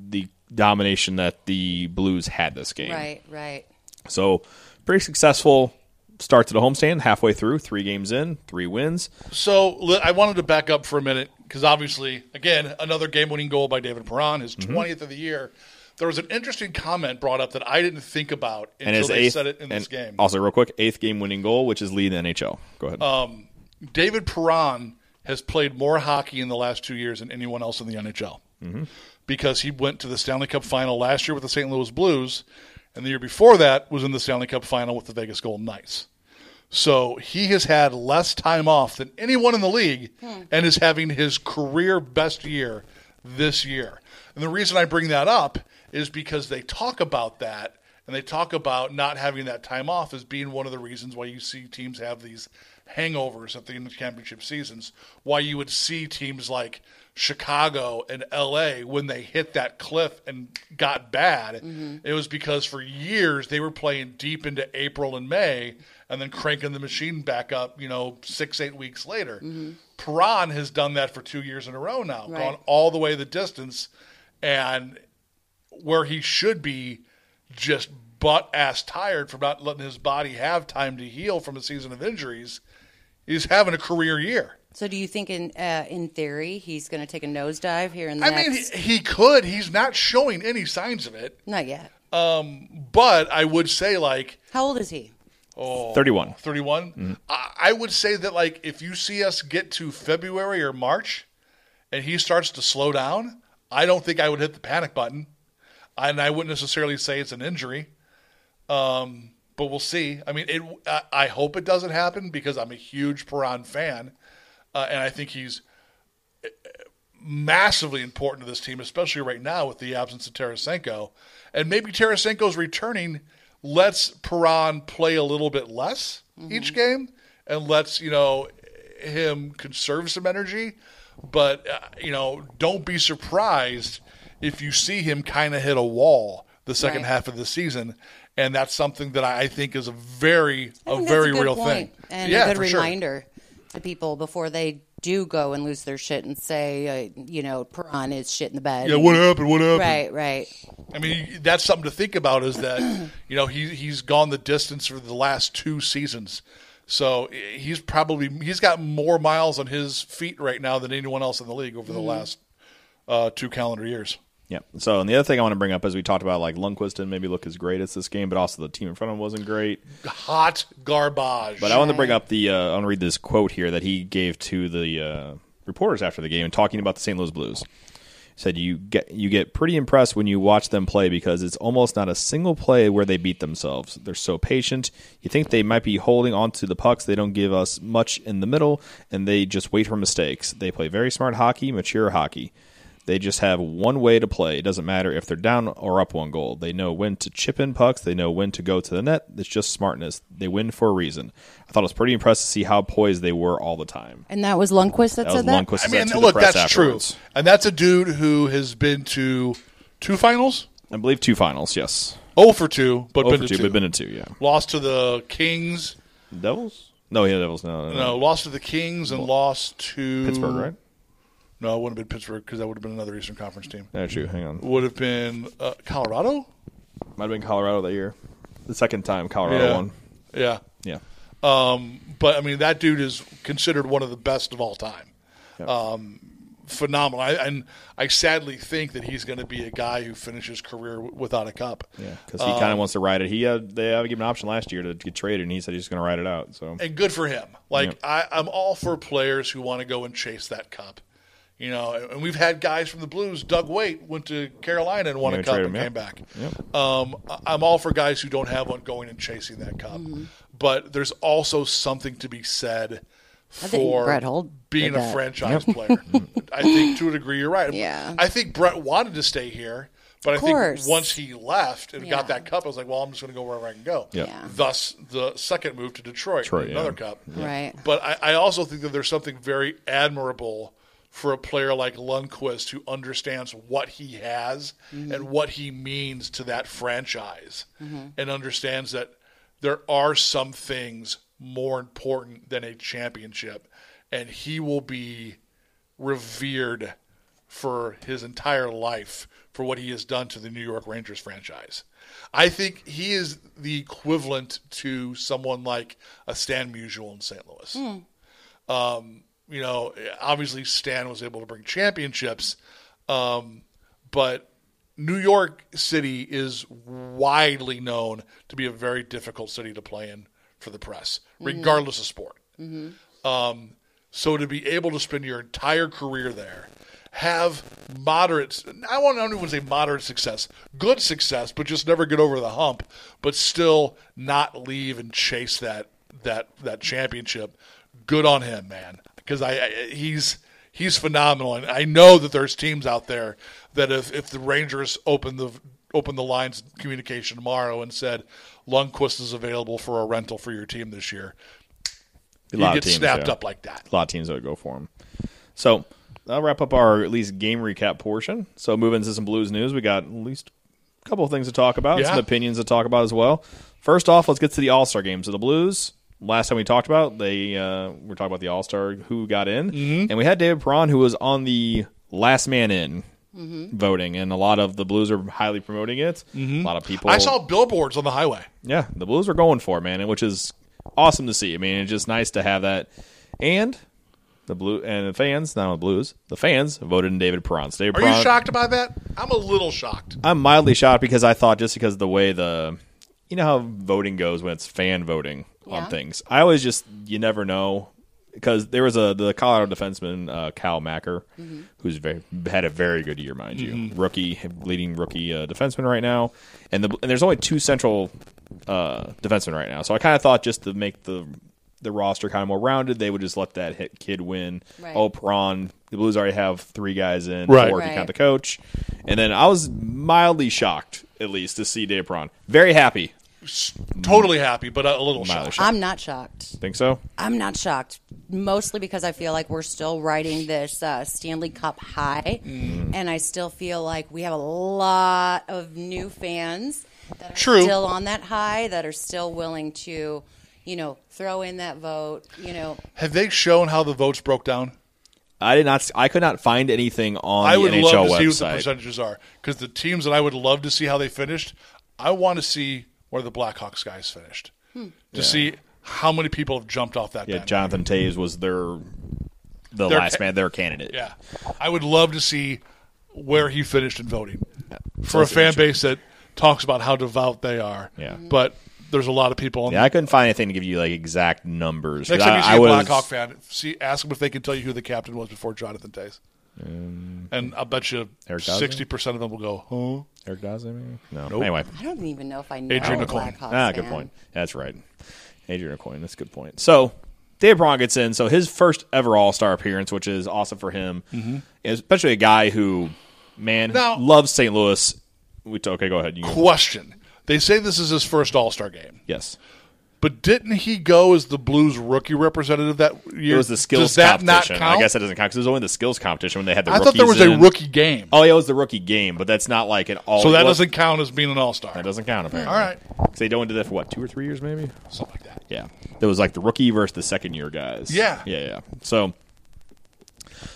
the domination that the Blues had this game. Right, right. So pretty successful start to the homestand. Halfway through, three games in, three wins. So li- I wanted to back up for a minute because obviously, again, another game-winning goal by David Perron, his Mm-hmm. 20th of the year. There was an interesting comment brought up that I didn't think about And until his they eighth said it in and this game. Also, real quick, eighth game winning goal, which is lead in the NHL. Go ahead. David Perron has played more hockey in the last two years than anyone else in the NHL because he went to the Stanley Cup final last year with the St. Louis Blues, and the year before that was in the Stanley Cup final with the Vegas Golden Knights. So he has had less time off than anyone in the league and is having his career best year this year. And the reason I bring that up is because they talk about that and they talk about not having that time off as being one of the reasons why you see teams have these hangovers at the end of championship seasons, why you would see teams like Chicago and LA when they hit that cliff and got bad. It was because for years they were playing deep into April and May and then cranking the machine back up, you know, six, eight weeks later. Perron has done that for two years in a row now, Right. gone all the way the distance and where he should be just butt ass tired from not letting his body have time to heal from a season of injuries. He's having a career year. So, do you think in uh, in theory he's going to take a nosedive here in the I next? mean, he, he could. He's not showing any signs of it. Not yet. But I would say, like, How old is he? 31. 31. I, I would say that, like, if you see us get to February or March and he starts to slow down, I don't think I would hit the panic button. And I wouldn't necessarily say it's an injury. Um, but we'll see. I mean, it. I, I hope it doesn't happen because I'm a huge Perron fan, uh, and I think he's massively important to this team, especially right now with the absence of Tarasenko. And maybe Tarasenko's returning lets Perron play a little bit less Mm-hmm. each game and lets, you know, him conserve some energy. But, uh, you know, don't be surprised if you see him kind of hit a wall the second Right. half of the season. And that's something that I think is a very, I think a that's very good real point thing. and yeah, a good for sure. reminder to people before they do go and lose their shit and say, uh, you know, Perron is shit in the bed. Yeah, what happened? What happened? Right, right. I mean, that's something to think about. Is that you know he he's gone the distance for the last two seasons, so eh, he's probably he's got more miles on his feet right now than anyone else in the league over the last uh, two calendar years. Yeah. So, and the other thing I want to bring up is we talked about like Lundqvist didn't maybe look as great as this game, but also the team in front of him wasn't great. Hot garbage. But I want to bring up the uh, I want to read this quote here that he gave to the uh, reporters after the game and talking about the St. Louis Blues. He said you get you get pretty impressed when you watch them play because it's almost not a single play where they beat themselves. They're so patient. You think they might be holding on to the pucks. They don't give us much in the middle, and they just wait for mistakes. They play very smart hockey, mature hockey. They just have one way to play. It doesn't matter if they're down or up one goal. They know when to chip in pucks. They know when to go to the net. It's just smartness. They win for a reason. I thought it was pretty impressed to see how poised they were all the time. And that was Lundquist that, That was said that? Lundqvist. I mean, said to the look, press that's afterwards. true, and that's a dude who has been to two finals, I believe two finals. Yes, oh for two, but over been two, to two. but been in two. Yeah, lost to the Kings. Devils. No, yeah, Devils. No, no, no. No, lost to the Kings and lost to Pittsburgh, right? No, it wouldn't have been Pittsburgh because that would have been another Eastern Conference team. No, true. Hang on. would have been uh, Colorado. Might have been Colorado that year. The second time Colorado won. yeah. Yeah. But I mean, that dude is considered one of the best of all time. Um, phenomenal. I, and I sadly think that he's going to be a guy who finishes career w- without a cup. Yeah, because Uh, he kind of wants to ride it. He had, they had given an option last year to get traded, and he said he's going to ride it out. So and good for him. Like Yep. I, I'm all for players who want to go and chase that cup. You know, and we've had guys from the Blues. Doug Waite went to Carolina and won Yeah, a cup traded and him, came yeah. back. Yep. Um, I- I'm all for guys who don't have one going and chasing that cup. Mm-hmm. But there's also something to be said think for Brett Holt being did a that. franchise player. I think to a degree you're right. Yeah. I think Brett wanted to stay here, but I course. think once he left and got Yeah. that cup, I was like, well, I'm just going to go wherever I can go. Yep. Yeah. Thus, the second move to Detroit, Detroit, another yeah. cup. Right. But I, I also think that there's something very admirable for a player like Lundquist who understands what he has and what he means to that franchise and understands that there are some things more important than a championship. And he will be revered for his entire life for what he has done to the New York Rangers franchise. I think he is the equivalent to someone like a Stan Musial in St. Louis. Um, you know, obviously Stan was able to bring championships, um, but New York City is widely known to be a very difficult city to play in for the press, regardless of sport. So to be able to spend your entire career there, have moderate, I want to even say moderate success, good success, but just never get over the hump, but still not leave and chase that that that championship. Good on him, man, because I, I he's he's phenomenal, and I know that there's teams out there that if if the Rangers open the open the lines of communication tomorrow and said Lundqvist is available for a rental for your team this year, a you get snapped up like that. a lot of teams that would go for him. So that'll wrap up our at least game recap portion. So moving to some Blues news, we got at least a couple of things to talk about, Yeah. some opinions to talk about as well. First off, let's get to the All Star game. So the Blues. Last time we talked about, they uh, we were talking about the All Star who got in, Mm-hmm. and we had David Perron who was on the last man in Mm-hmm. voting, and a lot of the Blues are highly promoting it. A lot of people. I saw billboards on the highway. Yeah, the Blues were going for it, man, and which is awesome to see. I mean, it's just nice to have that. And the blue and the fans, not the Blues, the fans voted in David Perron. So David Are Perron- you shocked by that? I'm a little shocked. I'm mildly shocked because I thought just because of the way the you know how voting goes when it's fan voting Yeah. on things. I always just you never know because there was a the Colorado defenseman uh, Cal Macker, Mm-hmm. who's very, had a very good year, mind you, rookie leading rookie uh, defenseman right now, and the and there's only two central uh, defensemen right now. So I kind of thought just to make the the roster kind of more rounded, they would just let that hit kid win. Right. Oh, Perron, the Blues already have three guys in, Right. four if you count Right. the coach, and then I was mildly shocked at least to see Dave Perron. Very happy. Totally happy, but a little Mildly shocked. shocked. I'm not shocked. Think so? I'm not shocked, mostly because I feel like we're still riding this uh, Stanley Cup high, and I still feel like we have a lot of new fans that are True. still on that high that are still willing to, you know, throw in that vote. You know, Have they shown how the votes broke down? I did not. I could not find anything on I the would NHL love to website. see what the percentages are because the teams that I would love to see how they finished, I want to see where the Blackhawks guys finished to see how many people have jumped off that. yeah, bandwagon. Jonathan Taves was their the Their last ca- man, their candidate. Yeah, I would love to see where he finished in voting for a Sounds fan interesting. base that talks about how devout they are. Yeah. Mhm. but there's a lot of people. On Yeah, I couldn't find anything to give you like exact numbers. 'cause Next I, time you see I a was- Blackhawk fan, see, ask them if they can tell you who the captain was before Jonathan Tays. and I'll bet you Um, Eric Dawson? sixty percent of them will go, huh? Eric Dawson, maybe? No. Anyway, I don't even know if I know Adrian a McCoy. Blackhawks ah, good fan. point. That's right. Adrian Coyne. That's a good point. So Dave Braun gets in. So his first ever All Star appearance, which is awesome for him, especially a guy who, man, Now- loves St. Louis. We okay. Go ahead. You can, Question: They say this is his first All Star game, yes. but didn't he go as the Blues rookie representative that year? It was the skills Does that not competition. I count? guess that doesn't count because it was only the skills competition when they had the. I thought there was rookies a in. rookie game, Oh, yeah, it was the rookie game, but that's not like an all. so that it was- doesn't count as being an All Star. that doesn't count. Apparently, All right. 'Cause they don't do that for what two or three years, maybe. Something like that. Yeah, there was like the rookie versus the second year guys. Yeah. yeah, yeah. So,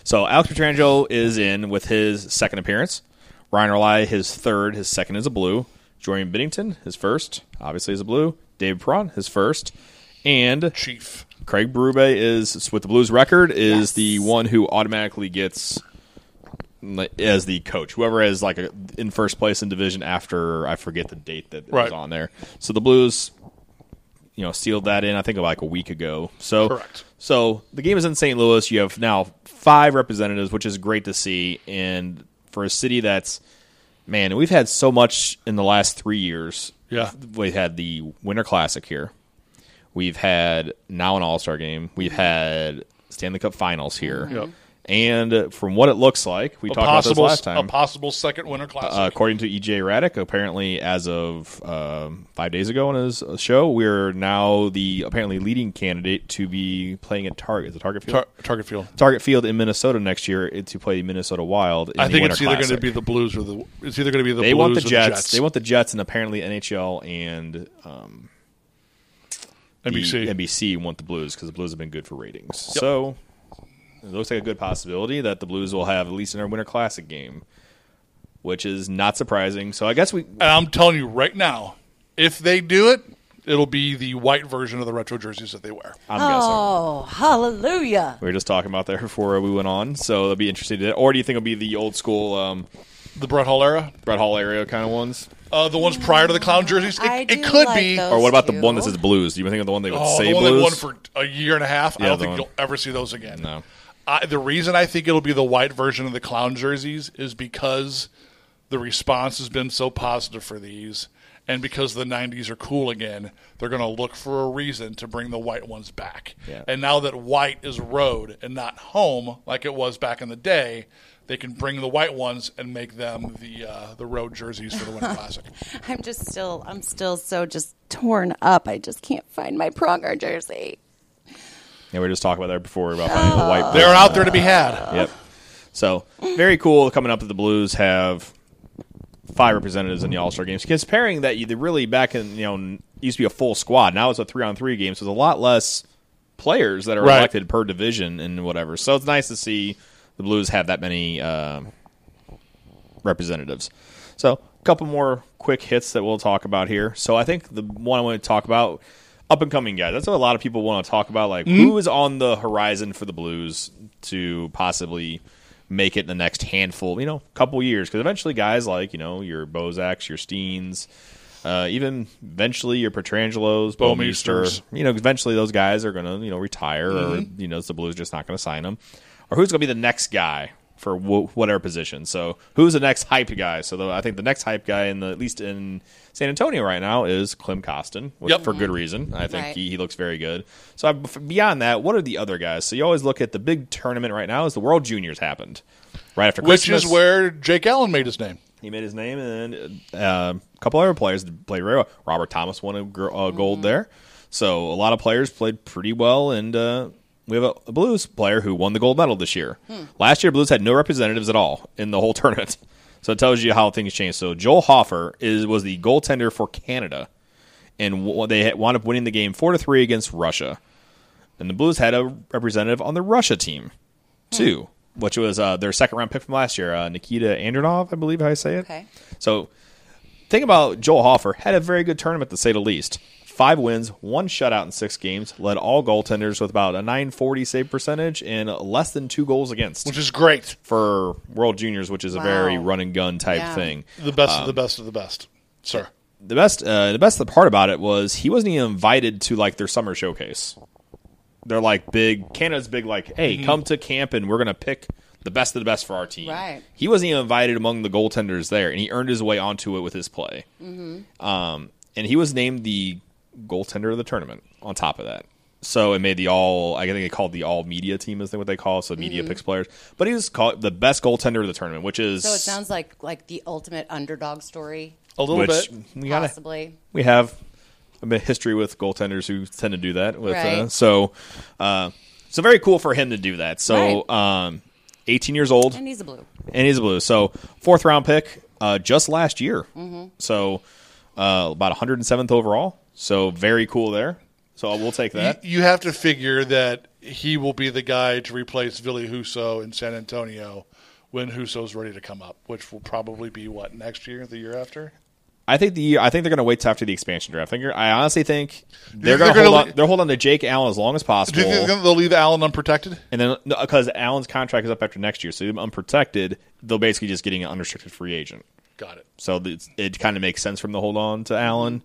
so Alex Petrangelo is in with his second appearance. Ryan Rely his third. His second is a blue. Jordan Biddington his first, obviously is a blue. David Perron his first, and Chief. Craig Berube is with the Blues record is Yes. the one who automatically gets like, as the coach. Whoever is like a, in first place in division after I forget the date that it Right. was on there. So the Blues, you know, sealed that in I think like a week ago. So Correct. So the game is in St. Louis. You have now five representatives, which is great to see, and for a city that's man, we've had so much in the last three years. Yeah. we had the Winter Classic here. We've had now an All Star game. We've had Stanley Cup Finals here, Mm-hmm. Yep. and uh, from what it looks like, we A talked about this possible, last time. a possible second winter classic. uh, according to EJ Raddick, apparently as of um, five days ago on his uh, show, we're now the apparently leading candidate to be playing at Target. Is it Target Field? Tar- target field. Target Field in Minnesota next year uh, to play Minnesota Wild. In I the think Winter it's either going to Classic be the Blues or the. It's either going to be the they Blues want the or Jets. the Jets. They want the Jets, and apparently NHL and um, the NBC. NBC want the Blues because the Blues have been good for ratings. So it looks like a good possibility that the Blues will have at least in our Winter Classic game, which is not surprising. So I guess we And I'm telling you right now, if they do it, it'll be the white version of the retro jerseys that they wear. I'm guessing. Oh, hallelujah! We were just talking about that *laughs* before we went on, so it'll be interesting. To, or do you think it'll be the old school um, The Brett Hall era, Brett Hall area kind of ones? uh, the ones prior to the clown jerseys. It, I it do could like be. those. Or what about the Those one that two. says Blues? Do you even think of the one they would Oh, say the one Blues? they won for a year and a half. Yeah, I don't the think one. you'll ever see those again. No. I, the reason I think it'll be the white version of the clown jerseys is because the response has been so positive for these, and because the '90s are cool again, they're going to look for a reason to bring the white ones back. Yeah. And now that white is road and not home like it was back in the day, they can bring the white ones and make them the uh, the road jerseys for the *laughs* Winter Classic. I'm just still, I'm still so just torn up. I just can't find my Pronger jersey. yeah, we were just talking about that before about finding Oh. the white. They're out there to be had. Yep. So very cool coming up that the Blues have five representatives in the All Star games. Comparing that, you they really back in you know used to be a full squad. Now it's a three on three game, so there's a lot less players that are Right. elected per division and whatever. So it's nice to see the Blues have that many um representatives. So a couple more quick hits that we'll talk about here. So I think the one I want to talk about. Up and coming guys. That's what a lot of people want to talk about. Like, who is on the horizon for the Blues to possibly make it in the next handful, you know, couple years? Because eventually, guys like you know your Bozaks, your Steens, Uh, even eventually, your Petrangelos, Bo Meester, Meesters. you know, eventually those guys are going to, you know, retire Mm-hmm. or, you know, the Blues just not going to sign them. Or who's going to be the next guy for w- whatever position? So who's the next hype guy? So the, I think the next hype guy, in the, at least in San Antonio right now, is Clem Costin, which, Yep. for good reason. I think Right. he, he looks very good. So I, beyond that, what are the other guys? So you always look at the big tournament right now is the World Juniors happened right after which Christmas. is where Jake Allen made his name. He made his name, and uh, a couple other players played very well. Robert Thomas won a gr- uh, gold there, so a lot of players played pretty well. And uh, we have a, a Blues player who won the gold medal this year. Last year, Blues had no representatives at all in the whole *laughs* tournament, so it tells you how things change. So Joel Hoffer is was the goaltender for Canada, and w- they had, wound up winning the game four to three against Russia. And the Blues had a representative on the Russia team Hmm. too, which was uh, their second round pick from last year, uh, Nikita Andronov, I believe how I say it. Okay. So think about Joel Hoffer had a very good tournament to say the least. Five wins, one shutout in six games, led all goaltenders with about a 940 save percentage and less than two goals against Which is great. for World Juniors, which is a Wow. very run and gun type Yeah. thing. The best of the best of the best, sir. The best, uh, the best part about it was he wasn't even invited to like their summer showcase. They're like big Canada's big like, hey, Mm-hmm. come to camp and we're gonna pick the best of the best for our team. Right. He wasn't even invited among the goaltenders there, and he earned his way onto it with his play. Mm-hmm. Um, and he was named the goaltender of the tournament. On top of that, so it made the all. I think they called the all media team is what they call it, so media Mm-hmm. picks players. But he was called the best goaltender of the tournament, which is So it sounds like like the ultimate underdog story, A little which bit. we gotta possibly. we have a bit of history with goaltenders who tend to do that. With uh, Right. so, uh, so very cool for him to do that. So, um, 18 years old, And he's a blue. and he's a blue. So fourth round pick, uh, just last year. Mm-hmm. So uh, about 107th overall. So very cool there. So I will take that. You, you have to figure that he will be the guy to replace Billy Huso in San Antonio when Huso's ready to come up, which will probably be what next year, the year after. I think the I think they're going to wait till after the expansion draft. I, think, I honestly think they're going to think they're hold gonna on. They're holding to Jake Allen as long as Do possible. you think they'll leave Allen unprotected? And then because Allen's contract is up after next year, so even unprotected, they're basically just getting an unrestricted free agent. Got it. So it's, it kind of makes sense from the hold on to Allen,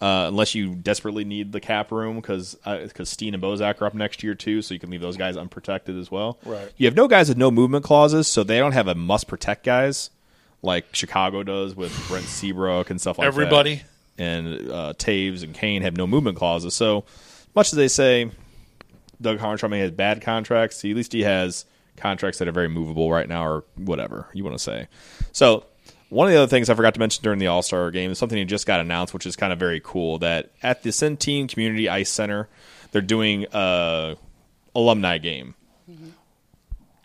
uh, unless you desperately need the cap room because Steen and Bozak are up next year too, so you can leave those guys unprotected as well. Right. You have no guys with no movement clauses, so they don't have a must protect guys like Chicago does with Brent Seabrook and stuff like that. Everybody. and uh, Taves and Kane have no movement clauses. So much as they say Doug Harntrummy has bad contracts. He, at least he has contracts that are very movable right now, or whatever you want to say. So, one of the other things I forgot to mention during the All Star game is something that just got announced, which is kind of very cool. That at the Centene Community Ice Center, they're doing a alumni game,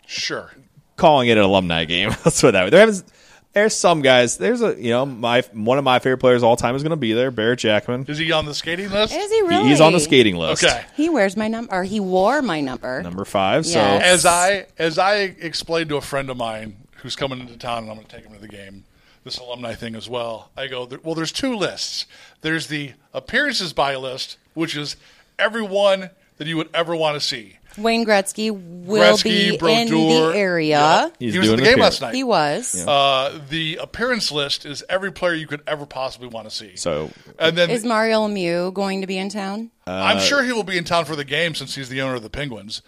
Sure. calling it an alumni game. *laughs* That's what that. There happens. There's some guys. There's a you know my one of my favorite players of all time is going to be there, Barrett Jackman. Is he on the skating list? Is he He- really? He's on the skating list. Okay. He wears my number, or he wore my number. Number five. Yeah. So As I as I explained to a friend of mine who's coming into town, and I'm going to take him to the game. This alumni thing as well. I go there- well. There's two lists. There's the appearances by list, which is everyone that you would ever want to see. Wayne Gretzky will be Gretzky, Brodeur, in the area. He's he was at doing the an game last appearance. night. He was. Uh, the appearance list is every player you could ever possibly want to see. so and then Is Mario Lemieux going to be in town? Uh, I'm sure he will be in town for the game since he's the owner of the Penguins.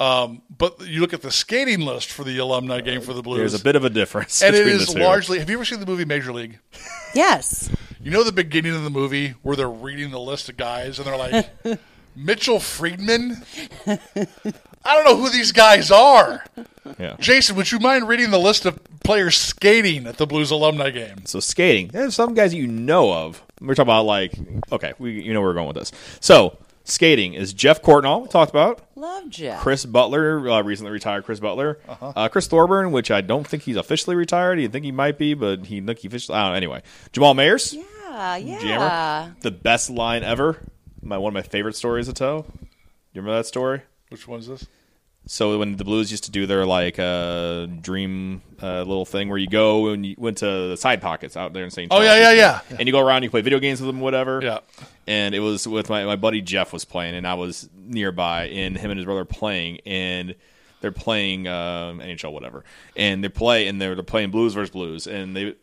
Um, but you look at the skating list for the alumni game for the Blues. there's a bit of a difference. and it between is the two. largely. Have you ever seen the movie Major League? yes. You know the beginning of the movie where they're reading the list of guys and they're like, Mitchell Friedman? I don't know who these guys are. Yeah. Jason, would you mind reading the list of players skating at the Blues alumni game? So skating. There's some guys you know of. We're talking about like okay, we you know where we're going with this. So skating is Jeff Cortnall we talked about. Love Jeff. Chris Butler uh, recently retired. Chris Butler, Uh-huh. uh Chris Thorburn, which I don't think he's officially retired. You think he might be, but he think he officially. I don't know. Anyway, Jamal Mayers, yeah, yeah. jammer, the best line ever. My one of my favorite stories to tell. You remember that story? Which one's this? So when the Blues used to do their like uh, dream uh, little thing where you go and you went to the side pockets out there in St. Oh, Charles, yeah, yeah, yeah. and you go around, you play video games with them, whatever. Yeah. And it was with my my buddy Jeff was playing, and I was nearby, and him and his brother were playing, and they're playing um, NHL whatever, and they play, and they're, they're playing Blues versus Blues, and they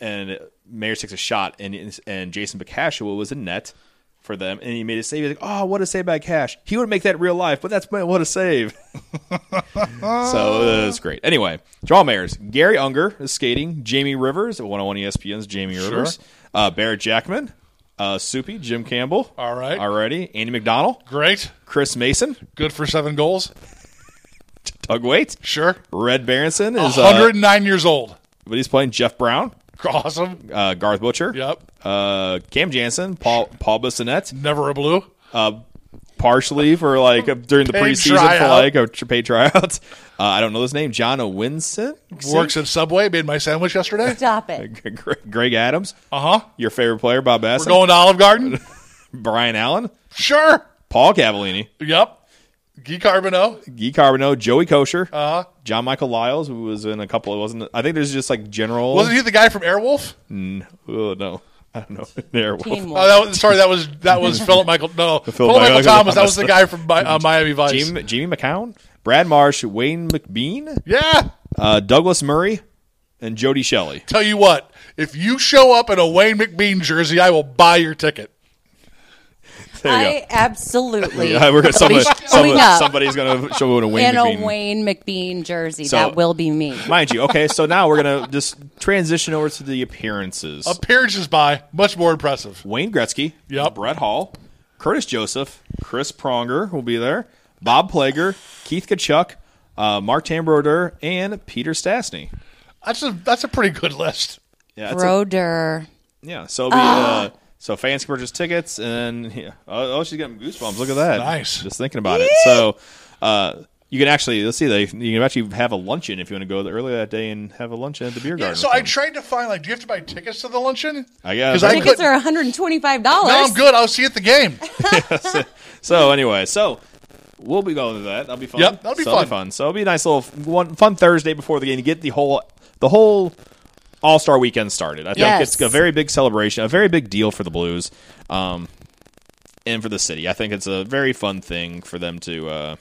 and Mayer takes a shot, and and Jason Bacashua was in net for them, and he made a save. He's like, "Oh, what a save by Cash! He would make that real life, but that's my what a *laughs* save." so uh, it's great. Anyway, draw mayors: Gary Unger is skating, Jamie Rivers oh at 101 ESPN's Jamie Rivers, uh, Barrett Jackman, uh, Soupy, Jim Campbell. All right. already Andy McDonald, Great. Chris Mason, Good for seven goals. Doug Waite, Sure. Red Berenson is uh, 109 years old. but he's playing Jeff Brown, Awesome. uh, Garth Butcher, Yep. uh, Cam Jansen, Paul Paul Bissonette, Never a blue. uh, partially for like uh, during the Paid preseason for tryout. like a tr- paid tryouts. *laughs* Uh, I don't know his name. John Owinson Works at Subway. Made my sandwich *laughs* yesterday. Stop *laughs* it. Gre- Greg Adams, Uh huh. your favorite player, Bob We're Bassett, going to Olive Garden. Brian Allen, Sure. Paul Cavallini, Yep. Guy Carboneau. Guy Carbono, Joey Kosher, uh-huh. John Michael Lyles, who was in a couple. It wasn't. I think there's just like general. Wasn't he the guy from Airwolf? Oh, no, I don't know. *laughs* there. Teen Oh, Wolf. that was, sorry, that was *laughs* that was Philip Michael. No, Philip, Michael Michael Thomas. That Thomas. was the guy from Mi- uh, Miami Vice. Jim, Jimmy McCown, Brad Marsh, Wayne McBean, Yeah. uh, Douglas Murray, and Jody Shelley. Tell you what, if you show up in a Wayne McBean jersey, I will buy your ticket. There you go. *laughs* I absolutely. Yeah, we're gonna, somebody, be showing somebody- up somebody's going to show it a Wayne in McBean. a Wayne McBean jersey. So- that will be me. Mind you, okay, so now we're going to just transition over to the appearances. Appearances by much more impressive. Wayne Gretzky, Yep. Brett Hall, Curtis Joseph, Chris Pronger will be there, Bob Plager, Keith Kachuk, uh, Martin Brodeur, and Peter Stastny. That's a that's a pretty good list. Yeah, that's a- Broder. yeah. So be, uh, so fans can purchase tickets, and yeah. oh, oh, she's getting goosebumps. Look at that. Nice. Just thinking about it. So uh, you can actually let's see, they you can actually have a luncheon if you want to go there earlier that day and have a luncheon at the beer garden. so with I them. tried to find like, do you have to buy tickets to the luncheon? I guess. 'Cause I Tickets couldn't- are $125. No, I'm good. I'll see you at *laughs* the game. So anyway, so we'll be going to that. That'll be fun. Yep, that'll be So fun. So it'll be a nice little f- one, fun Thursday before the game. You get the whole the whole All Star weekend started. I think Yes. it's a very big celebration, a very big deal for the Blues, um, and for the city. I think it's a very fun thing for them to uh,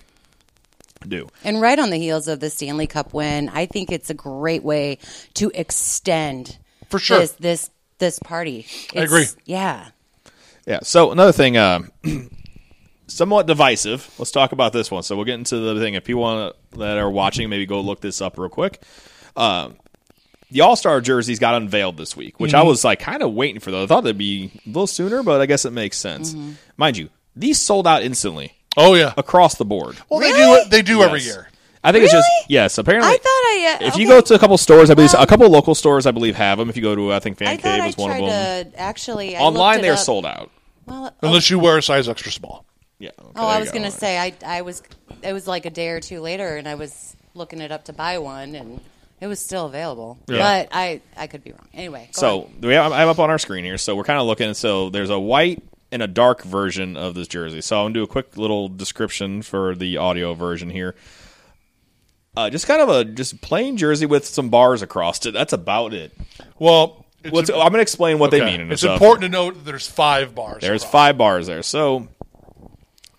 do. And right on the heels of the Stanley Cup win, I think it's a great way to extend For sure. this this this party. I It's- agree. Yeah. Yeah. So another thing, uh, *clears throat* somewhat divisive. Let's talk about this one. So we'll get into the thing. If you want that are watching, maybe go look this up real quick. Um, the All Star jerseys got unveiled this week, which Mm-hmm. I was like kind of waiting for. Though I thought they'd be a little sooner, but I guess it makes sense. Mm-hmm. Mind you, these sold out instantly Oh yeah. across the board. Well, they do they do every Yes. year. I think it's just Really? yes. Apparently, I thought I, uh, if you okay. go to a couple stores, I believe a couple local stores, I believe have them. If you go to, I think Fan I thought Cave I is one of tried them. to actually I looked Online, it they are up. sold out. Well, oh, Unless you wear a size extra small. Yeah. okay, oh, I there was you go. going to say I I was it was like a day or two later and I was looking it up to buy one and it was still available. But I I could be wrong. Anyway. go on. So we have, I have up on our screen here. So we're kind of looking. So there's a white and a dark version of this jersey. So I'm gonna do a quick little description for the audio version here. Uh, just kind of a just plain jersey with some bars across it. That's about it. Well, it's What's, im- I'm gonna explain what they okay. mean. In a It's sec. important to note that there's five bars. There's across. five bars there. So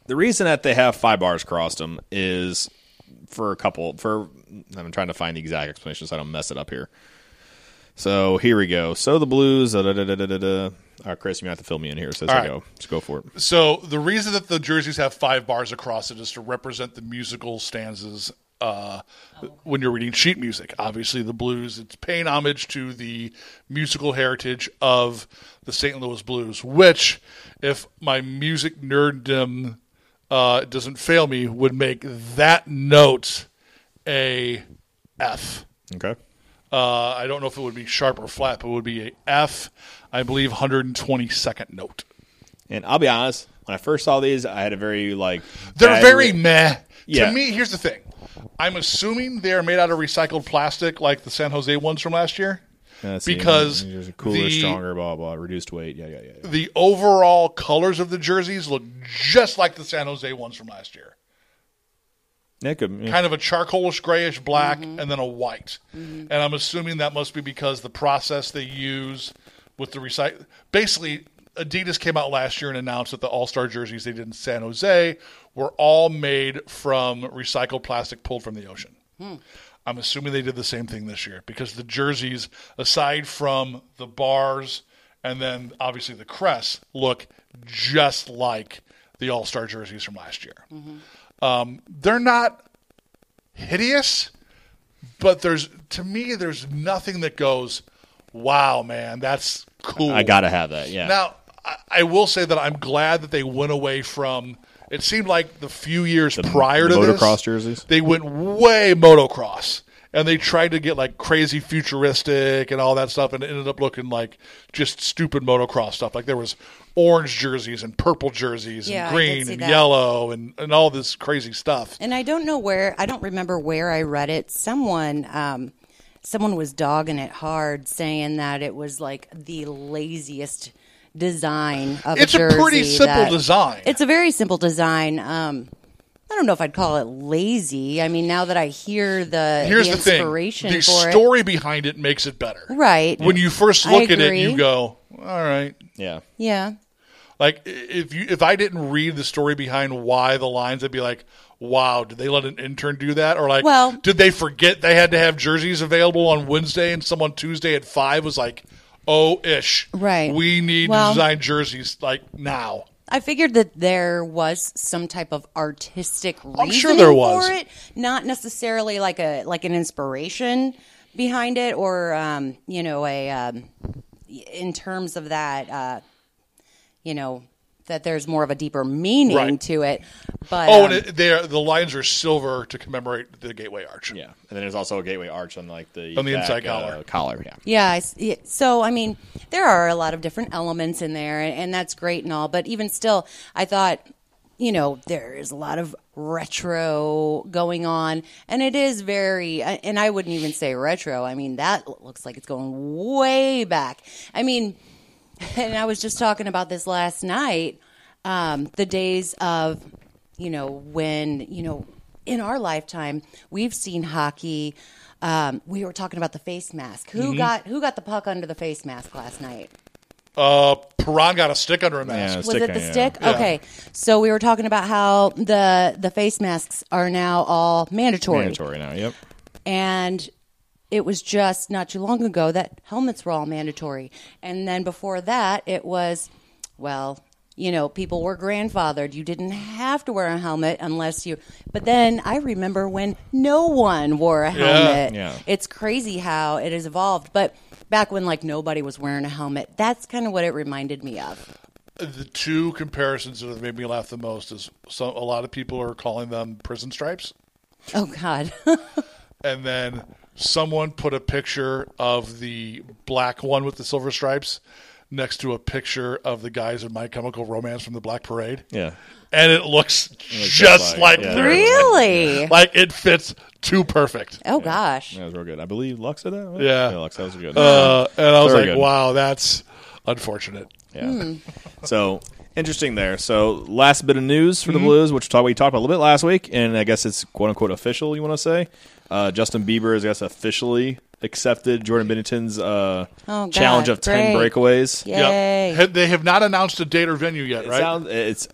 the reason that they have five bars across them is for a couple. For I'm trying to find the exact explanation so I don't mess it up here. So here we go. So the Blues. Da, da, da, da, da, da, da. All right, Chris, you have to fill me in here. So as All I right. go, just go for it. So the reason that the jerseys have five bars across it is to represent the musical stanzas uh, when you're reading sheet music. Obviously, the blues, it's paying homage to the musical heritage of the St. Louis blues, which, if my music nerddom uh, doesn't fail me, would make that note a F. Okay. Uh, I don't know if it would be sharp or flat, but it would be a F, I believe, 122nd note. And I'll be honest. When I first saw these, I had a very like. They're bad very re- meh. Yeah. To me, here's the thing. I'm assuming they are made out of recycled plastic like the San Jose ones from last year. Let's see, because these are cooler, the, stronger, blah blah, reduced weight. Yeah, yeah, yeah. yeah. the overall colors of the jerseys look just like the San Jose ones from last year. That could- yeah. Kind of a charcoalish grayish black and then a white. And I'm assuming that must be because the process they use with the recycle. Basically, Adidas came out last year and announced that the All Star jerseys they did in San Jose were all made from recycled plastic pulled from the ocean. I'm assuming they did the same thing this year because the jerseys, aside from the bars and then obviously the crest, look just like the All Star jerseys from last year. Um, they're not hideous, but there's to me there's nothing that goes, "Wow, man, that's cool." I gotta have that. Yeah. Now, I, I will say that I'm glad that they went away from. It seemed like the few years prior to this, motocross jerseys? they went way motocross, and they tried to get like crazy futuristic and all that stuff, and it ended up looking like just stupid motocross stuff. Like there was orange jerseys and purple jerseys Yeah, and I did green see and that. yellow and and all this crazy stuff. And I don't know where I don't remember where I read it. Someone um someone was dogging it hard saying that it was like the laziest design of It's a a jersey. pretty simple that- design. It's a very simple design. Um I don't know if I'd call it lazy. I mean, now that I hear the, Here's the, thing: inspiration the for story behind it makes it better. it. Right. When you first I look at it, you agree. go, "All right, yeah. Yeah. Like i- if you if I didn't read the story behind why the lines, I'd be like, "Wow, did they let an intern do that?" Or like, Well- did they forget they had to have jerseys available on Wednesday and someone Tuesday at five was like, "Oh, ish, Right. We need Well- to design jerseys like now." I figured that there was some type of artistic reason I'm sure there was. for it, not necessarily like a like an inspiration behind it, or um, you know, a um, y- in terms of that, uh, you know, that there's more of a deeper meaning Right. to it. But oh, um, and it, they're, the lines are silver to commemorate the Gateway Arch. Yeah. And then there's also a gateway arch on like the On the inside uh, collar. collar. Yeah. Yeah, I s- yeah, so I mean, there are a lot of different elements in there, and, and that's great and all. But even still, I thought, you know, there is a lot of retro going on, and it is very. I- And I wouldn't even say retro. I mean, that l- looks like it's going way back. I mean, and I was just talking about this last night. Um, the days of, you know, when you know, in our lifetime, we've seen hockey. Um, we were talking about the face mask. Who got who got the puck under the face mask last night? Uh, Perron got a stick under a mask. Yeah, Was it the yeah. stick? Okay, so we were talking about how the the face masks are now all Mandatory now. Yep. and it was just not too long ago that helmets were all mandatory and then before that it was well you know people were grandfathered you didn't have to wear a helmet unless you but then i remember when no one wore a helmet Yeah. it's crazy how it has evolved but back when like nobody was wearing a helmet that's kind of what it reminded me of The two comparisons that have made me laugh the most is some a lot of people are calling them prison stripes. oh god *laughs* and then someone put a picture of the black one with the silver stripes next to a picture of the guys in My Chemical Romance from the Black Parade. Yeah. And it looks looks just just like like- yeah. theirs. really Like it fits too perfect. oh gosh That was real good. I believe Lux did that. right? Yeah. yeah Lux, that was good. Uh, and I was Very like, good. wow, that's unfortunate. Yeah. Hmm. So interesting there. So last bit of news for Mm-hmm. the Blues, which talk, we talked about a little bit last week, and I guess it's quote unquote official. You want to say uh, Justin Bieber has I guess officially accepted Jordan Bennington's uh, Oh, God, challenge of ten great. breakaways. Yeah. Yay. Have- They have not announced a date or venue yet, It right? sounds- it's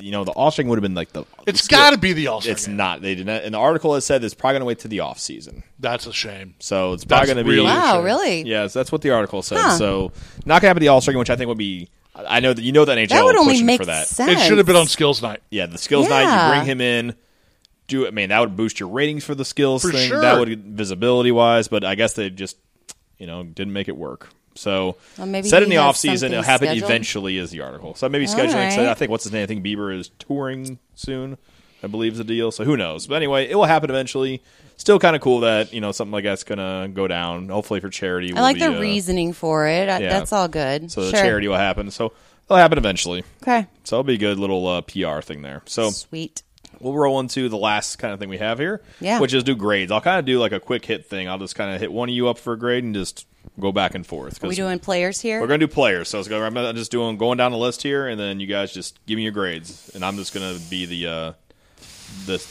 you know the offspring would have been like the. it's got to be the All Star. It's not. They did not. And the article has said it's probably going to wait to the off season. That's a shame. So it's That's probably going to really be wow really Yeah, so that's what the article said. Huh. So not gonna happen at the All Star game, which I think would be. I I know that you know that NHL that would were only pushing make for that. sense It should have been on Skills Night. Yeah, the skills night. Yeah. You bring him in. Do I mean that would boost your ratings for the skills For thing? sure. That would visibility wise, but I guess they just you know didn't make it work. So Well, maybe said he in the has off season, it'll happen something scheduled. eventually. Is the article? So maybe scheduling. So right. I think what's his name? I think Bieber is touring soon. I believe is the deal. So who knows? But anyway, it will happen eventually. Still kind of cool that you know something like that's gonna go down. Hopefully for charity. I will like be, the uh, reasoning for it. I, yeah. That's all good. So the Sure. charity will happen. So it'll happen eventually. Okay. So it'll be a good little uh, PR thing there. So Sweet. we'll roll into the last kind of thing we have here, Yeah. which is do grades. I'll kind of do like a quick hit thing. I'll just kind of hit one of you up for a grade and just go back and forth. 'cause Are we doing players here? We're gonna do players, so it's gonna, I'm not just doing going down the list here, and then you guys just give me your grades, and I'm just gonna be the uh, the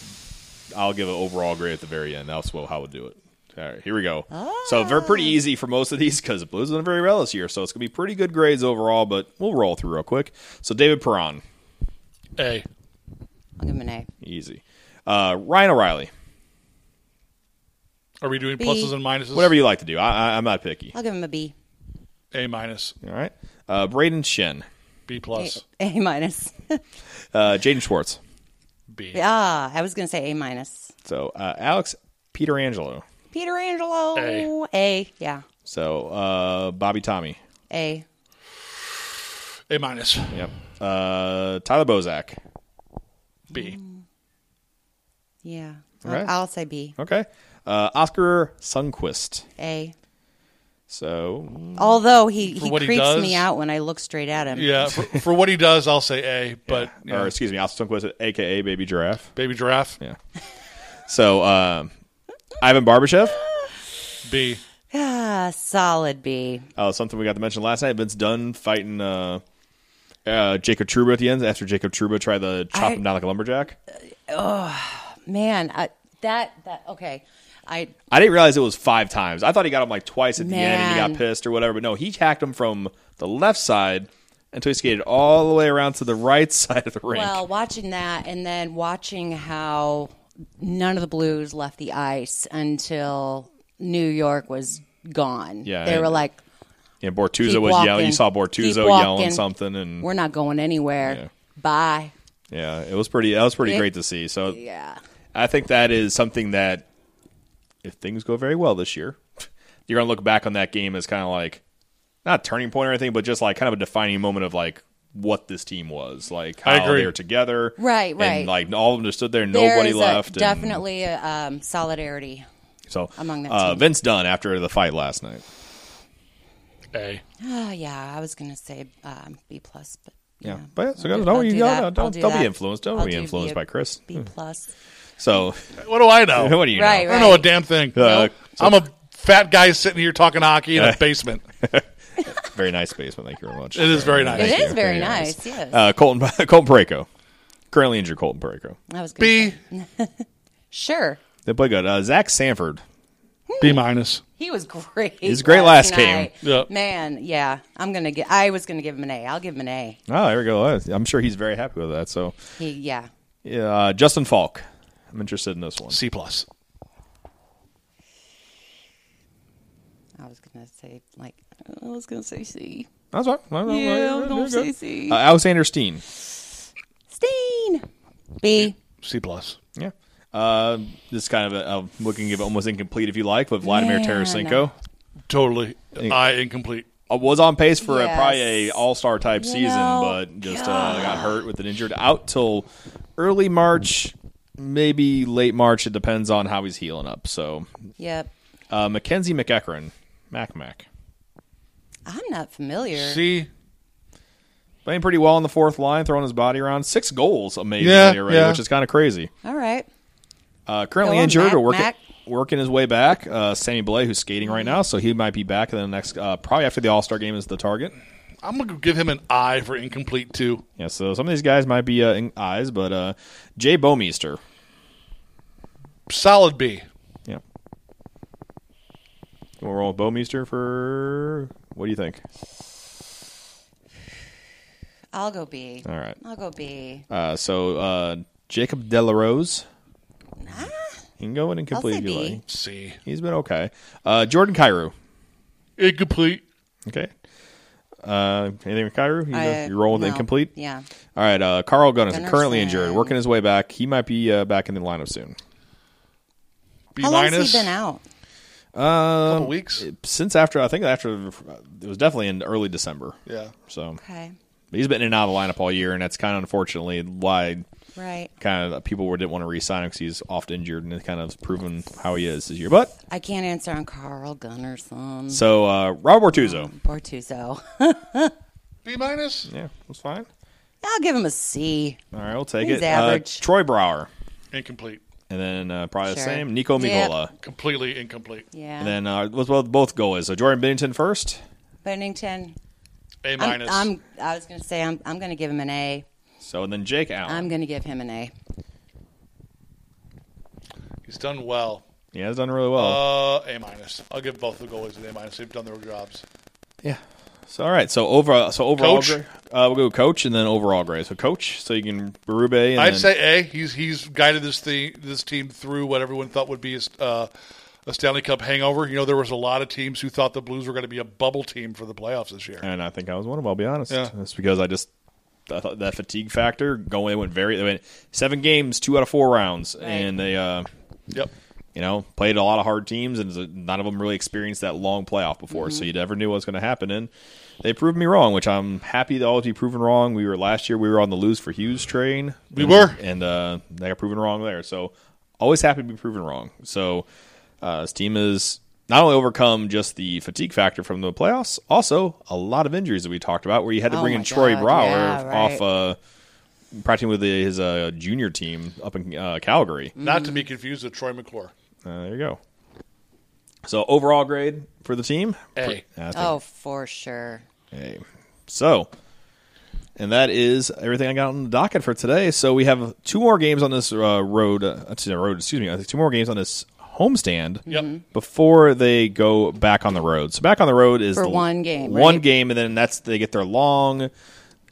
I'll give an overall grade at the very end. That's what, how we'll do it. All right, here we go. So they're pretty Oh. easy for most of these because the Blues have been very well this year, so it's gonna be pretty good grades overall. But we'll roll through real quick. So David Perron, A. I'll give him an A. easy. Uh, Ryan O'Reilly, Are we doing B. pluses and minuses? Whatever you like to do. I, I, I'm not picky. I'll give him a B. A minus, All right. Uh, Braden Shin, B A, plus, a minus. uh, Jaden Schwartz. B. ah, I was going to say A minus. So uh, Alex Pietrangelo. Peter Angelo. A. Yeah. So uh, Bobby Tommy. A. A minus, Yep. Uh, Tyler Bozak. B. Yeah. All right. I'll, I'll say B. Okay. Uh, Oscar Sundquist. A. So Although he, he what creeps he does? me out when I look straight at him. Yeah, for, for what he does, I'll say A. But yeah. or excuse me, Oscar Sundquist, aka Baby Giraffe. baby giraffe, Yeah. so um, Ivan Barbashev. B. Ah, solid B. Uh, something we got to mention last night. Vince Dunn fighting uh, uh, Jacob Truba at the end after Jacob Truba tried to chop I- him down like a lumberjack. Man, I, that that okay. I I didn't realize it was five times. I thought he got him like twice at the end and he Man. got pissed or whatever. But no, he hacked him from the left side until he skated all the way around to the right *laughs* side of the rink. well watching that and then watching how none of the Blues left the ice until New York was gone. Yeah, they and were like, and keep Bortuzzo was walking, yelling. You saw keep Bortuzzo walking. yelling something, and "We're not going anywhere. Yeah. Bye." yeah, it was pretty. That was pretty It- great to see. So Yeah, I think that is something that, if things go very well this year, *laughs* you're going to look back on that game as kind of like not a turning point or anything, but just like kind of a defining moment of like what this team was, like I how agree. they were together, Right, right. and like all of them just stood there, There nobody is a- left, and- definitely a, um, solidarity. *sighs* so among that uh, team. Vince Dunn after the fight last night. A. Oh, yeah, I was gonna say um, B plus, but Yeah, but so I'll guys, do- don't I'll you do don't, that. don't, I'll don't, do be that. influenced. Don't I'll be do influenced B- by Chris. Hmm. B plus. So *laughs* What do I know? what do you know? Right, I don't know a damn thing. Uh, I'm a fat guy sitting here talking hockey in a *laughs* basement. Very nice basement. Thank you very much. It is very nice. It Thank is you. very nice. Yes, Uh, Colton *laughs* Colton Pareko, currently injured. Colton Pareko. I was gonna B. say- Sure, They play good. Uh, Zach Sanford. B minus. he was great. was great last game. night. Yeah. man. Yeah, I'm gonna get. I was gonna give him an A. I'll give him an A. Oh, there we go. I'm sure he's very happy with that. So, He, yeah, yeah, uh, Justin Falk. I'm interested in this one. C plus. I was gonna say like I was gonna say C. That's all right. Yeah, I'm Oh, You're gonna good. say C. Uh, Alexander Steen. Steen. B. C plus. Yeah. Uh, this is kind of a, I'm looking at it almost incomplete if you like, but Vladimir Man. Tarasenko Totally. I incomplete. uh, was on pace for a, probably a Yes. All Star type You season, know, but just uh, got hurt with an injured out till early March, maybe late March. It depends on how he's healing up. So, Yep. uh, Mackenzie McEachran, Mac Mac. I'm not familiar. C. Playing pretty well on the fourth line, throwing his body around. Six goals, amazingly, Yeah, already, yeah. which is kind of crazy. All right. Uh, currently Go on, injured or working, Mac, Mac. working his way back. Uh, Sammy Blay, who's skating right now, so he might be back in the next, uh, probably after the All Star game is the target. I'm gonna give him an I for incomplete too. Yeah, so some of these guys might be uh, in eyes, but uh, Jay Bomeister. Solid B. Yeah. We'll roll with Bomeister for. What do you think? I'll go B. All right. I'll go B. Uh, so uh, Jacob De La Rose. You can go in and complete say if you B. like. C. He's been okay. Uh, Jordan Cairo. Incomplete. Okay. Uh, anything with Cairo? You, I- you roll with no. incomplete. Yeah. All right. Uh, Carl Gunnarsson, Gunnarsson. currently injured, working his way back. He might be uh, back in the lineup soon. B How long minus. has he been out? Um, Couple weeks. Since after, I think after it was definitely in early December. yeah. So Okay. but he's been in and out of the lineup all year, and that's kind of unfortunately why Right. kind of people were- didn't want to re-sign him because he's oft injured and it's kind of proven how he is this year. But I can't answer on Carl Gunnarsson. so uh, Rob Bortuzzo. Bortuzzo. B minus. Yeah, that's fine. *laughs* I'll give him a C. All right, we'll take He's it. average. Uh, Troy Brower, Incomplete. and then uh, probably the Sure. same Nico Yep. Migola. Completely incomplete. Yeah. And then uh, well, both goalies. So Jordan Bennington first. Bennington. A I'm, minus. I'm, I was going to say, I'm, I'm going to give him an A. So and then Jake Allen. I'm going to give him an A. He's done well. He has done really well. Uh, A minus. I'll give both the goalies an A minus. They've done their jobs. yeah. So all right. So over. So overall, Coach? gra- uh, we'll go coach and then overall grade. So coach. So you can Berube. And I'd then- say A. He's he's guided this thing this team through what everyone thought would be his uh, a Stanley Cup hangover. You know, there was a lot of teams who thought the Blues were going to be a bubble team for the playoffs this year. and I think I was one of them. I'll be honest. Yeah. That's because I just I thought that fatigue factor going. They went very. They went seven games, two out of four rounds, and they, uh, Yep. you know, played a lot of hard teams, and none of them really experienced that long playoff before. Mm-hmm. So you never knew what was going to happen, and they proved me wrong, which I'm happy to always be proven wrong. We were last year. We were on the lose for Hughes train. We and- were. and uh, they got proven wrong there. So always happy to be proven wrong. So uh, this team has not only overcome just the fatigue factor from the playoffs, also a lot of injuries that we talked about, where you had to Oh bring my in Troy God, Brower yeah, right. off uh, practicing with the, his uh, junior team up in uh, Calgary. Not to be Mm-hmm. confused with Troy McClure. Uh, there you go. So overall grade for the team, A. I think Oh, for sure. Okay. So, and that is everything I got on the docket for today. So we have two more games on this uh, road. Uh, excuse me, road. Excuse me. I think two more games on this homestand Mm-hmm. Yep. before they go back on the road. So back on the road is For the- one game, one right? game, and then that's they get their long.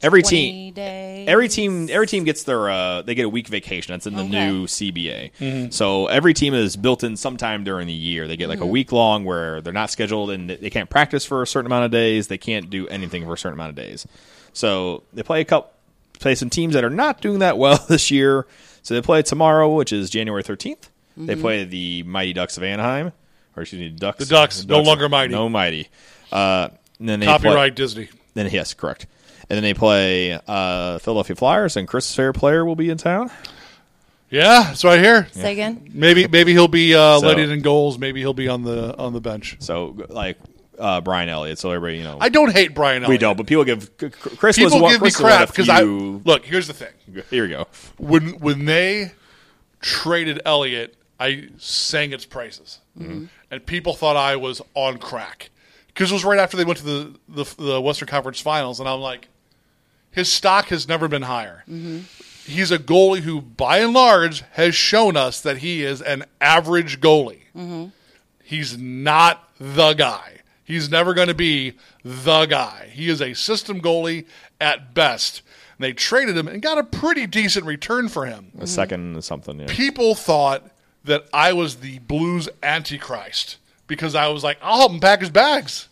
Every team, 20 days. every team every team gets their uh, they get a week vacation that's in the Okay. new cba Mm-hmm. so every team is built in sometime during the year they get like a week long where they're not scheduled and they can't practice for a certain amount of days they can't do anything for a certain amount of days so they play a couple play some teams that are not doing that well *laughs* this year so they play tomorrow which is january 13th they play the mighty ducks of anaheim or excuse me ducks the Ducks, no longer mighty. no mighty uh, and then they play- Copyright Disney. then yes, correct. And then they play uh, Philadelphia Flyers, and Chris favorite player will be in town. Yeah, it's right here. Say again. *laughs* Maybe maybe he'll be uh, So- letting in goals. Maybe he'll be on the on the bench. So like uh, Brian Elliott. So everybody, you know, I don't hate Brian. Elliott. we don't, but people give C- C- Chris was People one, give me Chris was one crap of because I few- look. Here's the thing. Here we go. When when they traded Elliott, I sang its praises, and people thought I was on crack because it was right after they went to the, the the Western Conference Finals, and I'm like, his stock has never been higher. He's a goalie who, by and large, has shown us that he is an average goalie. He's not the guy. He's never going to be the guy. He is a system goalie at best. And they traded him and got a pretty decent return for him. A second something. Yeah. People thought that I was the Blues Antichrist because I was like, I'll help him pack his bags.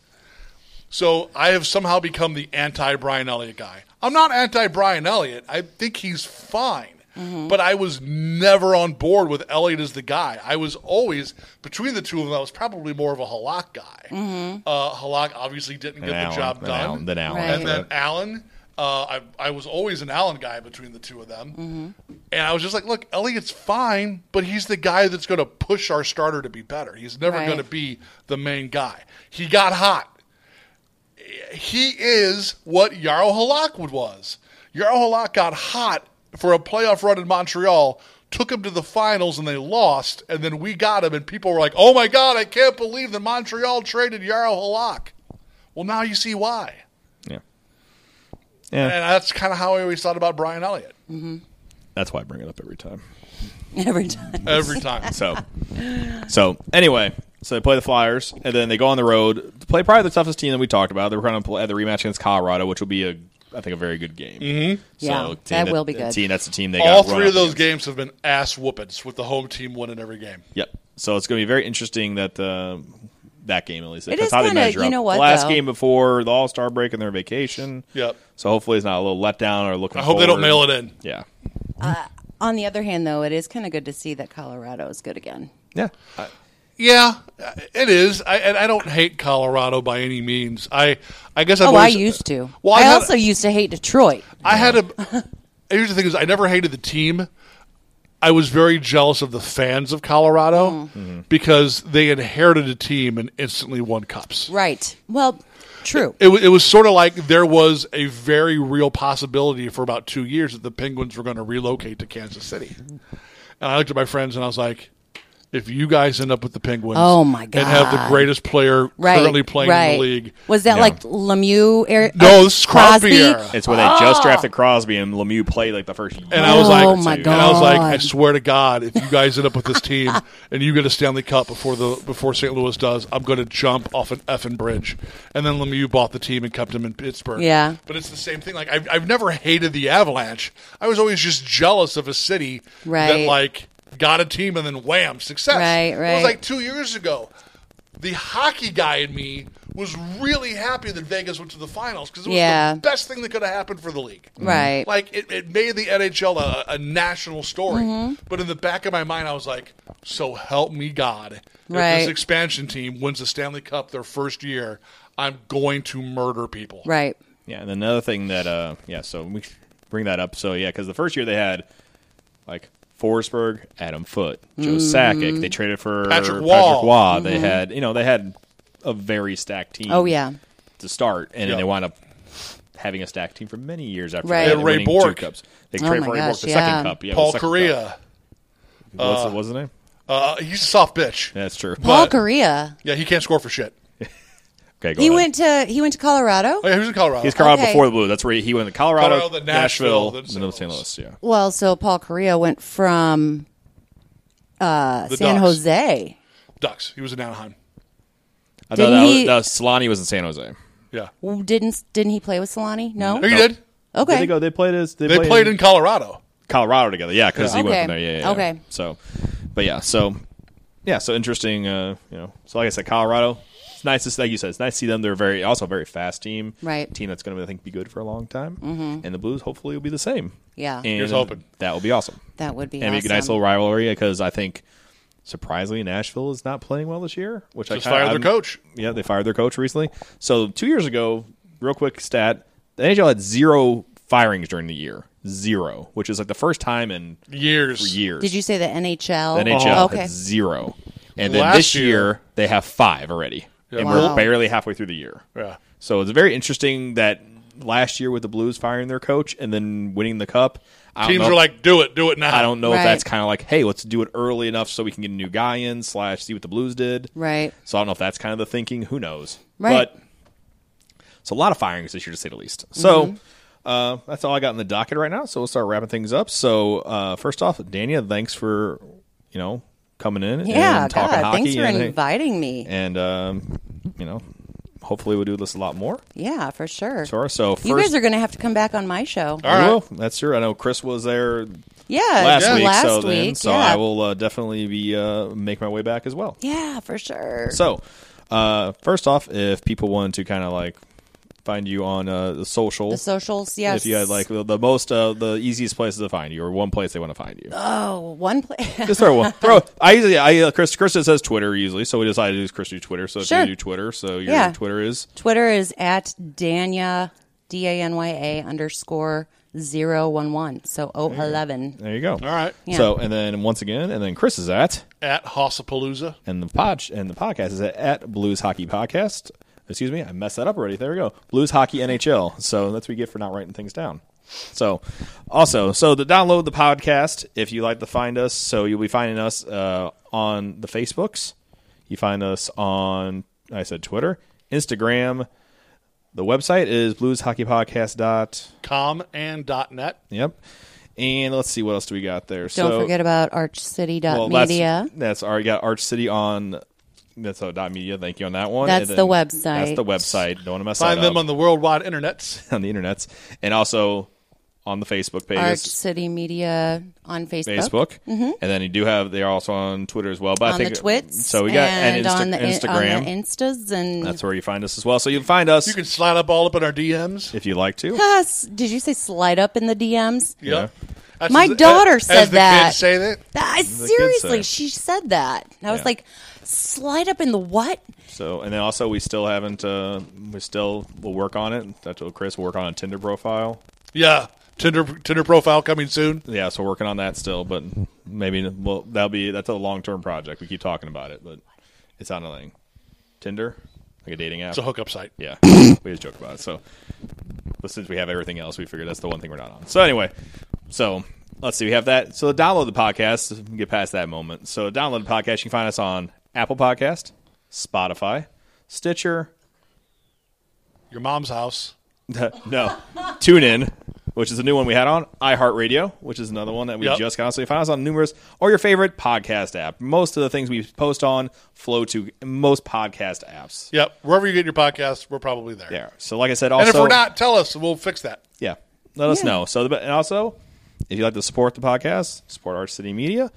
So I have somehow become the anti Brian Elliott guy. I'm not anti Brian Elliott. I think he's fine. Mm-hmm. But I was never on board with Elliott as the guy. I was always between the two of them. I was probably more of a Halak guy. Uh, Halak obviously didn't get Then Mm-hmm. Allen, the job then done. Allen, then Allen. Right. And then Allen. Uh, I, I was always an Allen guy between the two of them. Mm-hmm. And I was just like, look, Elliott's fine, but he's the guy that's going to push our starter to be better. He's never Right. going to be the main guy. He got hot. He is what Yarrow Halakwood was. Yarrow Halak got hot for a playoff run in Montreal, took him to the finals, and they lost. And then we got him, and people were like, oh my God, I can't believe that Montreal traded Yarrow Halak. Well, now you see why. yeah. Yeah, And that's kind of how I always thought about Brian Elliott that's why I bring it up every time. Every *laughs* time. every time. So, so anyway, so they play the Flyers, and then they go on the road to play probably the toughest team that we talked about. They're going to play at the rematch against Colorado, which will be a, I think, a very good game. Mm-hmm. Yeah, that will be good. Team that's the team they All got run three up of those against. games have been ass whoopings with the home team winning every game. Yep. So it's going to be very interesting that uh, that game at least. It That's is how they kinda- measure you up. know what, The last though? game before the All Star break and their vacation. Yep. So hopefully it's not a little letdown or looking. I hope they forward. don't mail it in. Yeah. On the other hand, though, it is kind of good to see that Colorado is good again. Yeah. Yeah, it is. I, and I don't hate Colorado by any means. I I guess I've Oh, I always- used to. uh, Well, I, I had- also used to hate Detroit. I had *laughs* a. Here's the thing: is I never hated the team. I was very jealous of the fans of Colorado Mm. because they inherited a team and instantly won cups. Right. Well, true. It, wa- it was sort of like there was a very real possibility for about two years that the Penguins were going to relocate to Kansas City. And I looked at my friends and I was like, if you guys end up with the Penguins Oh, my and have the God. greatest player right. currently playing in right. the league, Was that Yeah. like Lemieux? Era, No, this is Crosby era. It's when they just drafted Crosby and Lemieux played like the first. year And I was Oh like, my and I was like, I God. swear to God, if you guys end up with this *laughs* team and you get a Stanley Cup before the before St. Louis does, I'm going to jump off an effing bridge. And then Lemieux bought the team and kept him in Pittsburgh. Yeah. but it's the same thing. Like I've, I've never hated the Avalanche. I was always just jealous of a city that Right. like got a team, and then wham, success. Right, It right. was like two years ago. The hockey guy in me was really happy that Vegas went to the finals because it was Yeah. the best thing that could have happened for the league. Right. Like it, it made the NHL a, a national story. Mm-hmm. But in the back of my mind, I was like, so help me God. If Right. this expansion team wins the Stanley Cup their first year, I'm going to murder people. Right. Yeah, and another thing that uh yeah, so we should bring that up. So yeah, because the first year they had like Forsberg, Adam Foote, Mm-hmm. Joe Sakic. They traded for Patrick Waugh. Waugh. They had you know they had a very stacked team. Oh, yeah. to start, and Yeah. then they wound up having a stacked team for many years after Right. that. Yeah, and Ray winning Bork. two cups. They Oh traded my for Ray Bork gosh, the yeah. second cup. Yeah, the Paul second cup. Correa, What's, what's his name? uh, he's a soft bitch. That's true. Paul But- Korea. Yeah, he can't score for shit. Okay, go He ahead. went to he went to Colorado. Oh, yeah, he was in Colorado. He's Colorado Okay. before the Blue. That's where he, he went to Colorado, Colorado, then Nashville, Nashville, then then St. St. Louis. Yeah. Well, so Paul Correa went from uh, The San Ducks. Jose. Ducks. He was in Anaheim. I thought Didn't that, he- was, that was- Solani was in San Jose. Yeah. Didn't didn't he play with Solani? No. No, he Nope. did. Okay. Did they go? They Oh. played as They played in Colorado. Colorado together. Yeah, because he went Okay. from there. Yeah, yeah, yeah. Okay. So, but yeah, so yeah, so interesting. Uh, you know, so like I said, Colorado. It's nice. It's like you said, it's nice to see them. They're very also a very fast team. Right. Team that's going to I think be good for a long time. Mm-hmm. And the Blues hopefully will be the same. Yeah. And Here's hoping. that will be awesome. That would be and it'd be a nice awesome. little rivalry because I think surprisingly Nashville is not playing well this year. Which I Just kinda- fired their I'm- coach. Yeah, they fired their coach recently. So two years ago, real quick stat: the NHL had zero firings during the year, zero, which is like the first time in for Years. years. Did you say the NHL? The NHL Oh, okay. had zero, and then Last this year, year- they have five already, and Wow. we're barely halfway through the year. Yeah. So it's very interesting that last year with the Blues firing their coach and then winning the cup, I don't Teams know are if- like, do it, do it now. I don't know Right. if that's kind of like, hey, let's do it early enough so we can get a new guy in slash see what the Blues did. Right. So I don't know if that's kind of the thinking. Who knows? Right. But it's a lot of firings this year, to say the least. So Mm-hmm. uh, that's all I got in the docket right now. So we'll start wrapping things up. So uh, first off, Dania, thanks for you know coming in Yeah. and talking God, hockey thanks for and, inviting me. and um, you know hopefully we'll do this a lot more. yeah, for sure. Sure. So first, You guys are going to have to come back on my show. All right. Well, that's true. I know Chris was there Yeah, last Uh, yeah. week, last so then, week, so yeah. I will uh, definitely be uh, make my way back as well. Yeah, for sure. So, uh, first off, if people wanted to kind of like find you on uh, the social, the socials, yes. if you had like the, the most uh, the easiest places to find you, or one place they want to find you, oh, one *laughs* place. just throw one. Throw I usually I uh, Chris Chris says Twitter usually, so we decided to use Chris do Twitter. So if Sure. you do Twitter, so your Yeah. Twitter is Twitter is at Danya D A N Y A underscore zero one one. So oh eleven. there you go. All right. Yeah. So and then once again, and then Chris is at At Hossapalooza. and the pod and the podcast is at, at Blues Hockey Podcast. Excuse me, I messed that up already. There we go. Blues Hockey NHL. So that's what we get for not writing things down. So, also, so to download the podcast if you like to find us. So you'll be finding us uh, on the Facebooks. You find us on I said Twitter, Instagram. The website is blueshockeypodcast dot. Com and dot net. Yep. And let's see what else do we got there. Don't so, forget about archcity.media. that's- Uh, Media. That's, our you got Arch City on that's uh, dot media. Thank you on that one. That's And the then- website. That's the website. Don't want to mess Find that them up on the worldwide internets. on the internets and also on the Facebook page. Arch City Media on Facebook, Facebook. and then you do have they're also on Twitter as well. But I On the think Twits. so we got and and, Insta- on, the, in- Instagram. on the Instas and that's where you find us as well. So you can find us You can slide up all up in our DMs. if you like to. Yes. Did you say slide up in the DMs? Yeah. That's My as- daughter as, said as that. The kids say that. I, kid seriously, said. she said that. And I was Yeah. like, slide up in the what? So and then also we still haven't uh, we still will work on it. That's what Chris will work on a Tinder profile. Yeah. Tinder Tinder profile coming soon. yeah, so we're working on that still, but maybe well, that'll be that's a long term project. We keep talking about it, but it's on a thing. Tinder, like a dating app. It's a hookup site. yeah, *coughs* we just joke about it. So, but since we have everything else, we figured that's the one thing we're not on. So anyway, so let's see, we have that. So download the podcast. we can Get past that moment. So download the podcast. You can find us on Apple Podcast, Spotify, Stitcher. Your mom's house. *laughs* no, tune in, which is a new one we had on iHeartRadio, which is another one that we Yep. just got. So you find us on numerous or your favorite podcast app. Most of the things we post on flow to most podcast apps. Yep. Wherever you get your podcast, we're probably there. There. So like I said, also And if we're not, tell us. We'll fix that. yeah, let us Yeah. know. So the, and also, if you'd like to support the podcast, support Arch City Media.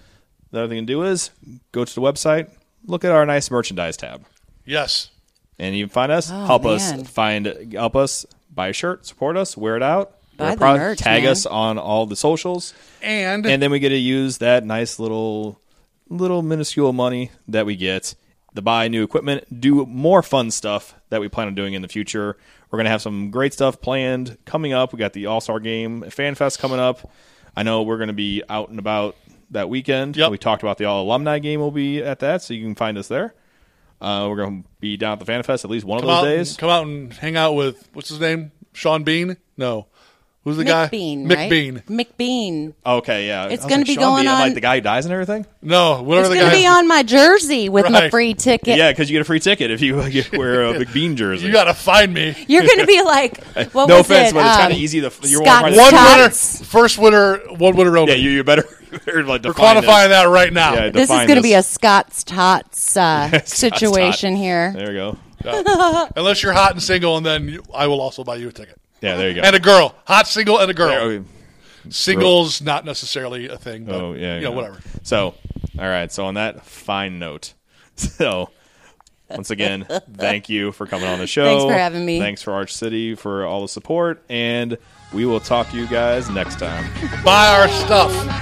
The other thing to do is go to the website, look at our nice merchandise tab, Yes. and you can find us. Oh, help man. us find, help us buy a shirt, support us, wear it out, Buy Wear the product, merch, tag man. us on all the socials, *laughs* And, and then we get to use that nice little, little minuscule money that we get to buy new equipment, do more fun stuff that we plan on doing in the future. We're gonna have some great stuff planned coming up. We got the All Star Game Fan Fest coming up. I know we're gonna be out and about that weekend. Yep. We talked about the All Alumni Game. We'll be at that, so you can find us there. Uh, we're gonna be down at the Fan Fest at least one come of out, those days. come out and hang out with, what's his name? Sean Bean? No. Who's the guy? Mick Bean, Mick right? Bean. McBean. Okay, yeah. It's I was gonna like, be Sean going Bean, on- like the guy who dies and everything. No, whatever the It's going to guy be on my jersey with my Right. free ticket. Yeah, because you get a free ticket if you *laughs* wear a big bean jersey. You got to find me. You're going to be *laughs* like, what no was offense, it? but it's Um, kinda easy to- you're Scott one of my- One winner, Scott's. first winner, one winner only. Yeah, you, you better, *laughs* you better like We're define quantifying that right now. Yeah, This is define going to be a Scott's Tots *laughs* uh, situation Tot. here. There you go. Unless you're hot and single, and then you, I will also buy you a ticket. Yeah, there you go. And a girl, hot single, and a girl. There- Singles not necessarily a thing. But, oh yeah, you yeah. know, whatever. So, all right. So on that fine note, *laughs* so once *laughs* again, thank you for coming on the show. Thanks for having me. Thanks for Arch City for all the support, and we will talk to you guys next time. Buy our stuff.